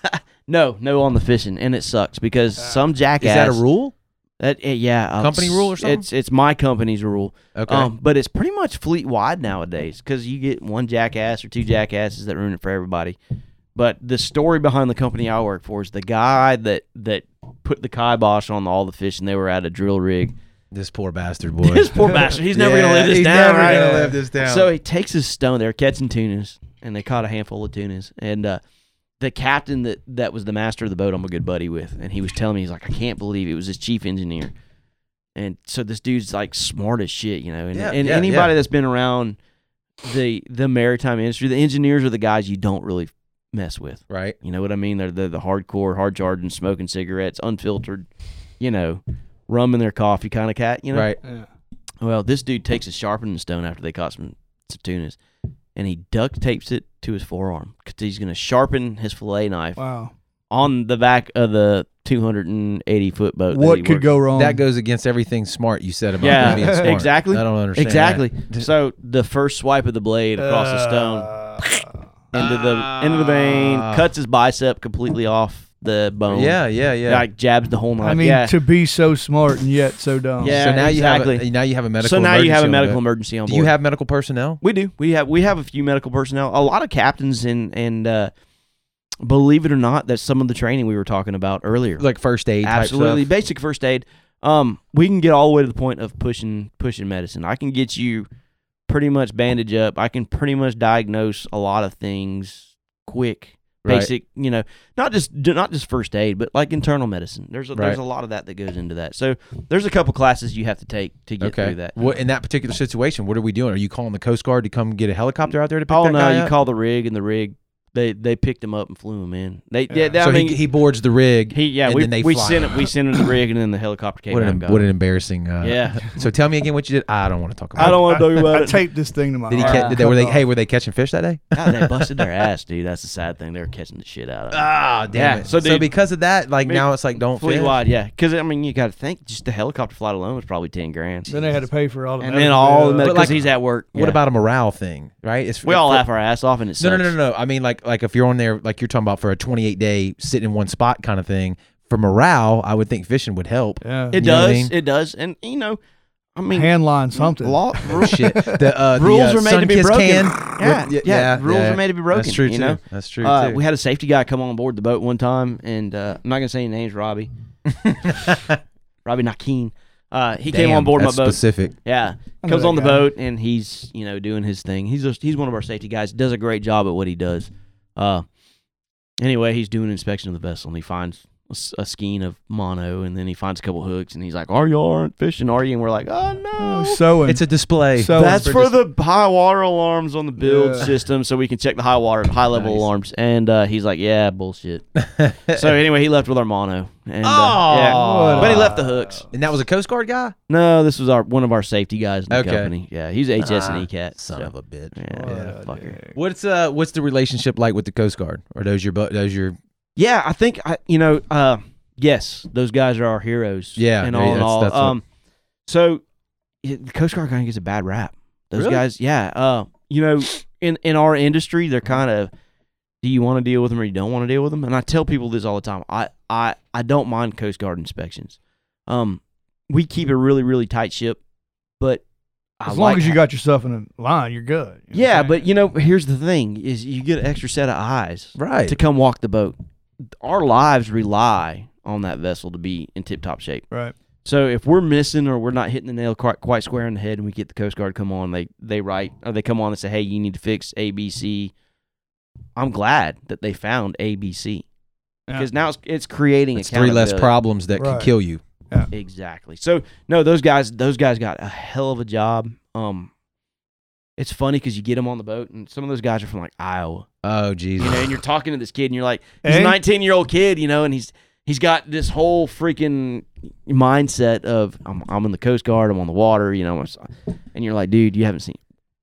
S3: no, no, on the fishing, and it sucks because some
S1: Uh, is
S3: jackass.
S1: that a rule?
S3: that- eh, yeah, uh,
S1: Company rule or
S3: it's-
S1: something?
S3: It's it's my company's rule.
S1: Okay.
S3: Um, but it's pretty much fleet wide nowadays because you get one jackass or two jackasses that ruin it for everybody. But the story behind the company I work for is the guy that that put the kibosh on all the fish, and they were at a drill rig.
S1: this poor bastard boy.
S3: This poor bastard, [laughs] he's never gonna
S1: Yeah,
S3: live this
S1: he's
S3: down.
S1: never
S3: right?
S1: gonna live this down.
S3: So he takes his stone. They're catching tunas, and they caught a handful of tunas. And uh, the captain that that was the master of the boat, I'm a good buddy with, and he was telling me, he's like, I can't believe it was his chief engineer. And so this dude's like smart as shit, you know. And,
S1: Yeah,
S3: and
S1: yeah,
S3: anybody
S1: yeah.
S3: that's been around the the maritime industry, the engineers are the guys you don't really mess with.
S1: right.
S3: You know what I mean? They're the, the hardcore, hard charging, smoking cigarettes, unfiltered, you know, rum in their coffee kind of cat, you know?
S1: right?
S2: Yeah.
S3: Well, this dude takes a sharpening stone after they caught some, some tunas, and he duct tapes it to his forearm because he's going to sharpen his fillet knife
S2: Wow.
S3: on the back of the 280 foot boat. that he
S2: What could
S3: worked-
S2: go wrong?
S1: that goes against everything smart you said about
S3: um, Yeah,
S1: them being smart.
S3: exactly.
S1: I don't understand.
S3: Exactly. So the first swipe of the blade across the stone
S2: stone.
S3: into the into the vein,
S2: uh.
S1: Ah.
S3: cuts his bicep completely off the
S1: that.
S3: bone.
S1: Yeah, yeah, yeah.
S3: Like jabs the whole knife.
S2: I mean,
S3: yeah.
S2: to be so smart and yet so dumb.
S3: Yeah.
S1: so now you have
S3: exactly.
S1: a, now you have a medical.
S3: so now you have a
S1: emergency on
S3: medical
S1: board.
S3: emergency on
S1: Do
S3: board.
S1: you have medical personnel?
S3: We do. We have we have a few medical personnel. A lot of captains and and uh, believe it or not, that's some of the training we were talking about earlier.
S1: Like first aid. type
S3: Absolutely,
S1: stuff?
S3: basic first aid. Um, we can get all the way to the point of pushing pushing medicine. I can get you pretty much bandage up. I can pretty much diagnose a lot of things quick.
S1: Right.
S3: Basic, you know, not just not just first aid, but like internal medicine. There's a, there's
S1: Right.
S3: a lot of that that goes into that. So there's a couple classes you have to take to get
S1: Okay.
S3: through that.
S1: What in that particular situation? What are we doing? Are you calling the Coast Guard to come get a helicopter out there to pick
S3: Oh
S1: that
S3: no,
S1: guy
S3: you
S1: up?
S3: call the rig and the rig they they picked him up and flew him in. They yeah,
S2: Yeah.
S3: they- I
S1: so
S3: mean
S1: he, he boards the rig.
S3: he- yeah,
S1: and
S3: we
S1: then they
S3: we
S1: fly
S3: sent
S1: him.
S3: him we sent him to the rig and then the helicopter came
S1: what,
S3: out
S1: an,
S3: and got
S1: what an
S3: him.
S1: embarrassing. Uh,
S3: Yeah.
S1: So tell me again what you did. [laughs] I don't want to talk about.
S3: I uh, don't want to talk about
S2: I
S3: it.
S2: taped this thing to my
S1: It. Did he
S2: arm.
S1: catch? Did they, were
S2: Cut
S3: [laughs]
S1: they?
S2: off.
S1: Hey, were they catching fish that day?
S3: God, they busted their ass, dude. That's the sad thing. They were catching the shit out of it.
S1: Ah, damn
S3: Uh, Yeah,
S1: it.
S3: so
S1: So,
S3: dude-
S1: because of that, like
S3: Me-
S1: now it's like don't
S3: Fleet
S1: fish.
S3: wide, yeah. Because I mean, you got to think just the helicopter flight alone was probably ten grand,
S2: Then they had to pay for all the
S3: and then all
S2: medical
S3: the medical.
S1: But, like,
S3: Because he's at work.
S1: What
S3: yeah.
S1: about a morale thing? Right? It's
S3: We all
S1: for-
S3: laugh our ass off, and it's
S1: No, no, no, no, no. I mean, like, like if you're on there, like you're talking about for a 28 day sitting in one spot kind of thing. For morale, I would think fishing would
S3: [laughs]
S1: help.
S2: stuff. Yeah.
S3: It
S1: You know what I
S3: does.
S1: mean?
S3: It does, and you know, I mean,
S2: Hand line something.
S3: Law,
S1: Shit. The, uh, the,
S3: Rules
S1: uh,
S3: were made to be
S1: Sunkist
S3: broken.
S1: Can,
S3: Yeah,
S1: With-
S3: yeah, rules are made to be broken.
S1: That's true
S3: you
S1: too.
S3: know,
S1: That's true
S3: Uh,
S1: too. [laughs]
S3: we [laughs] had a safety guy come on board the boat one time, and uh, I'm not gonna say any names. Robbie, Robbie Nakeen. Uh, he came
S1: Damn,
S3: on board my
S1: that's
S3: boat.
S1: Specific.
S3: Yeah,
S2: I know
S3: comes
S2: that
S3: on the
S2: guy.
S3: boat, and he's you know doing his thing. He's just, he's one of our safety guys. Does a great job at what he does. Uh, anyway, he's doing an inspection of the vessel, and he finds a s- a skein of mono, and then he finds a couple hooks, and he's like, "Are you all right fishing? Are you?" And we're like, "Oh no."
S2: Oh, sewing.
S1: It's a display. [laughs]
S2: Oh, So-
S3: That's
S2: for
S3: for the high water alarms on the build
S2: Yeah.
S3: system, so we can check the high water, high level
S1: Nice.
S3: alarms. And uh, he's like, "Yeah, bullshit." so anyway, he left with our mono. And, uh,
S1: Aw.
S3: yeah. but he left the hooks.
S1: and that was a Coast Guard guy.
S3: No, this was our one of our safety guys in the
S1: Okay.
S3: company. Yeah, he's HS
S1: Ah,
S3: and ECAT.
S1: Son
S3: so-
S1: of a bitch.
S3: yeah,
S2: What
S3: yeah,
S2: a
S3: fucker.
S2: dick.
S1: What's uh what's the relationship like with the Coast Guard? Or those your bu- those your
S3: Yeah, I think I, you know. Uh, yes, those guys are our heroes.
S1: Yeah,
S3: and
S1: yeah,
S3: all in
S1: that's-
S3: all.
S1: that's what-
S3: um, so yeah, the Coast Guard kind of gets a bad rap. Those
S1: Really?
S3: guys, yeah. Uh, you know, in in our industry, they're
S1: Mm-hmm.
S3: kind of. Do you want to deal with them or you don't want to deal with them? And I tell people this all the time. I I I don't mind Coast Guard inspections. Um, we keep a really really tight ship, but I
S2: as long
S3: like
S2: as you
S3: ha-
S2: got yourself in a line, you're good. You know
S3: yeah,
S2: what I'm
S3: but you know, here's the thing: is you get an extra set of eyes
S1: right.
S3: to come walk the boat. Our lives rely on that vessel to be in tip top shape.
S2: saying? right.
S3: So if we're missing or we're not hitting the nail quite, quite square in the head, and we get the Coast Guard come on, they they write or they come on and say, "Hey, you need to fix ABC." I'm glad that they found ABC
S2: Yeah.
S3: because now it's, it's creating
S1: It's three less
S3: accountability.
S1: problems that
S2: Right.
S1: could kill you.
S3: Exactly. So no, those guys, those guys got a hell of a job. Um, it's funny because you get them on the boat, and some of those guys are from like Iowa,
S1: Oh Jesus.
S3: you know, and you're talking to this kid, and you're like, he's a
S2: Eh?
S3: 19 year old kid, you know, and he's he's got this whole freaking mindset of I'm I'm in the Coast Guard, I'm on the water, you know, and you're like, dude, you haven't seen.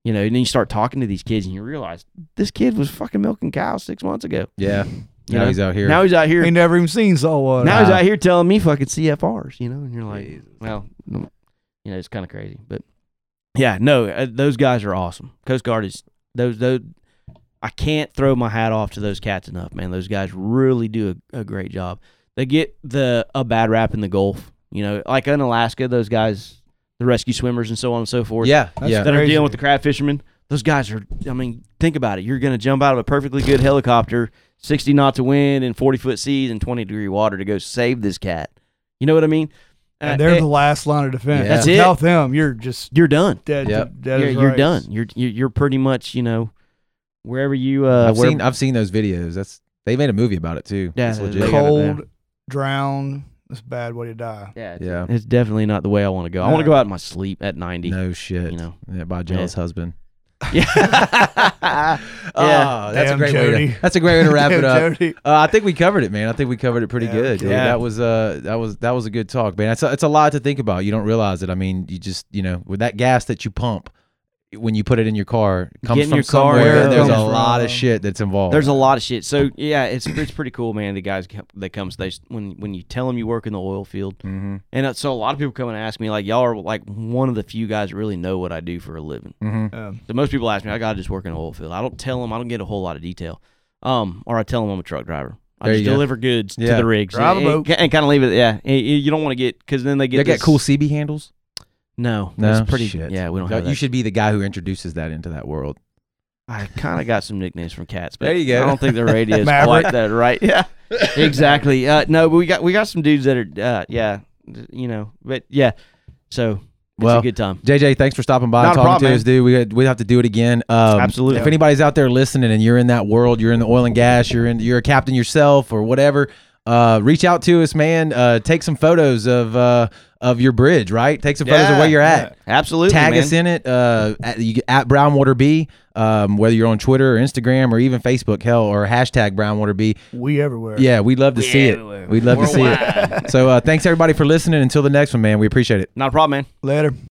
S3: You know, and then you start talking to these kids, and you realize this kid was fucking milking cows six months ago.
S1: yeah.
S3: You
S1: Now
S3: know?
S1: he's out here.
S3: Now he's out here
S2: Ain't never even seen saltwater.
S3: now
S1: Nah.
S3: he's out here telling me fucking CFRs, you know, and you're like, well, no, you know, it's kind of crazy, but yeah, no, uh, those guys are awesome. Coast Guard is those those. I can't throw my hat off to those cats enough, man. Those guys really do a, a great job. They get the a bad rap in the Gulf, you know, like in Alaska, those guys, the rescue swimmers and so on and so forth
S1: yeah.
S2: That's
S1: Yeah.
S3: that are
S2: Crazy.
S3: dealing with the crab fishermen. Those guys are. I mean, think about it. You're going to jump out of a perfectly good helicopter, 60 knots of wind, and 40 foot seas, and 20 degree water to go save this cat. You know what I mean?
S2: And
S3: Uh,
S2: they're
S3: eh,
S2: the last line of defense.
S1: That's
S3: it.
S2: Without them, you're just
S3: you're done.
S2: dead.
S1: Yep.
S2: To, dead
S3: You're,
S2: as
S3: you're
S2: rights.
S3: done. You're you're you're pretty much you know wherever you uh
S1: I've
S3: where-
S1: seen I've seen those videos. That's they made a movie about it too.
S3: Yeah,
S1: It's
S3: they-
S1: legit.
S3: they-
S2: Cold, drown. That's a bad way to die.
S3: yeah, it's-
S1: Yeah.
S3: It's definitely not the way I want to go. I want to
S2: No.
S3: go out in my sleep at 90.
S1: No shit.
S3: You know. [laughs]
S1: Yeah, by Jell's husband.
S3: Yeah.
S1: [laughs] Oh, that's
S2: Damn,
S1: a great way.
S2: Jody.
S1: To, that's a great way to wrap
S2: [laughs]
S1: it up.
S2: Jody.
S1: Uh, I think we covered it, man. I think we covered it pretty
S2: Yeah,
S1: good. dude.
S3: yeah.
S1: that was uh, that was that was a good talk, man. It's a, it's a lot to think about. You don't realize it. I mean, you just you know, with that gas that you pump when you put it in your car it comes
S3: Get in
S1: from
S3: your car,
S1: somewhere.
S2: yeah.
S1: and there's a
S2: Comes from-
S1: lot of shit that's involved.
S3: There's a lot of shit. So yeah, it's it's pretty cool, man. The guys come- that comes they when when you tell them you work in the oil field,
S1: hmm
S3: and uh, so a lot of people come and ask me like, y'all are like one of the few guys that really know what I do for a living.
S1: hmm
S2: Um,
S3: So most people ask me, I gotta just work in the oil field. I don't tell them. I don't get a whole lot of detail. Um, or I tell them I'm a truck driver. I
S1: There
S3: just
S1: you go.
S3: deliver goods to
S1: Yeah.
S3: the rigs
S2: Drive a boat.
S3: and, kind of leave it. Yeah, And you you don't want to get because then they get
S1: They got
S3: this-
S1: cool CB handles.
S3: No,
S1: No,
S3: it's pretty.
S1: Shit.
S3: Yeah, we don't
S1: No,
S3: have that.
S1: You should be the guy who introduces that into that world.
S3: I kind of got some nicknames from cats, but
S1: There you go.
S3: I don't think the
S1: [laughs]
S3: radio is
S2: Maverick.
S3: quite that right. Yeah, [laughs] exactly. Uh, no, but we got we got some dudes that are uh, yeah, th- you know, but yeah. So it's
S1: Well,
S3: a good time.
S1: JJ, thanks for stopping by
S3: Not
S1: and
S3: a
S1: talking
S3: problem,
S1: to
S3: man.
S1: us, dude. We we have to do it again. Um,
S3: Absolutely.
S1: If anybody's out there listening and you're in that world, you're in the oil and gas, you're in, you're a captain yourself or whatever, uh, reach out to us, man. Uh, take some photos of uh, of your bridge, right? Take some photos of
S3: Yeah,
S1: where you're at.
S3: Absolutely,
S1: Tag
S3: man.
S1: us in it. Uh, at, you, get- at Brownwater B, um, whether you're on Twitter or Instagram or even Facebook, hell, or hashtag Brownwater B.
S2: we everywhere.
S1: Yeah, we'd love to see
S3: everywhere.
S1: it. We'd love to see it. So uh, thanks everybody for listening. Until the next one, man. We appreciate it.
S3: Not a problem, man.
S2: Later.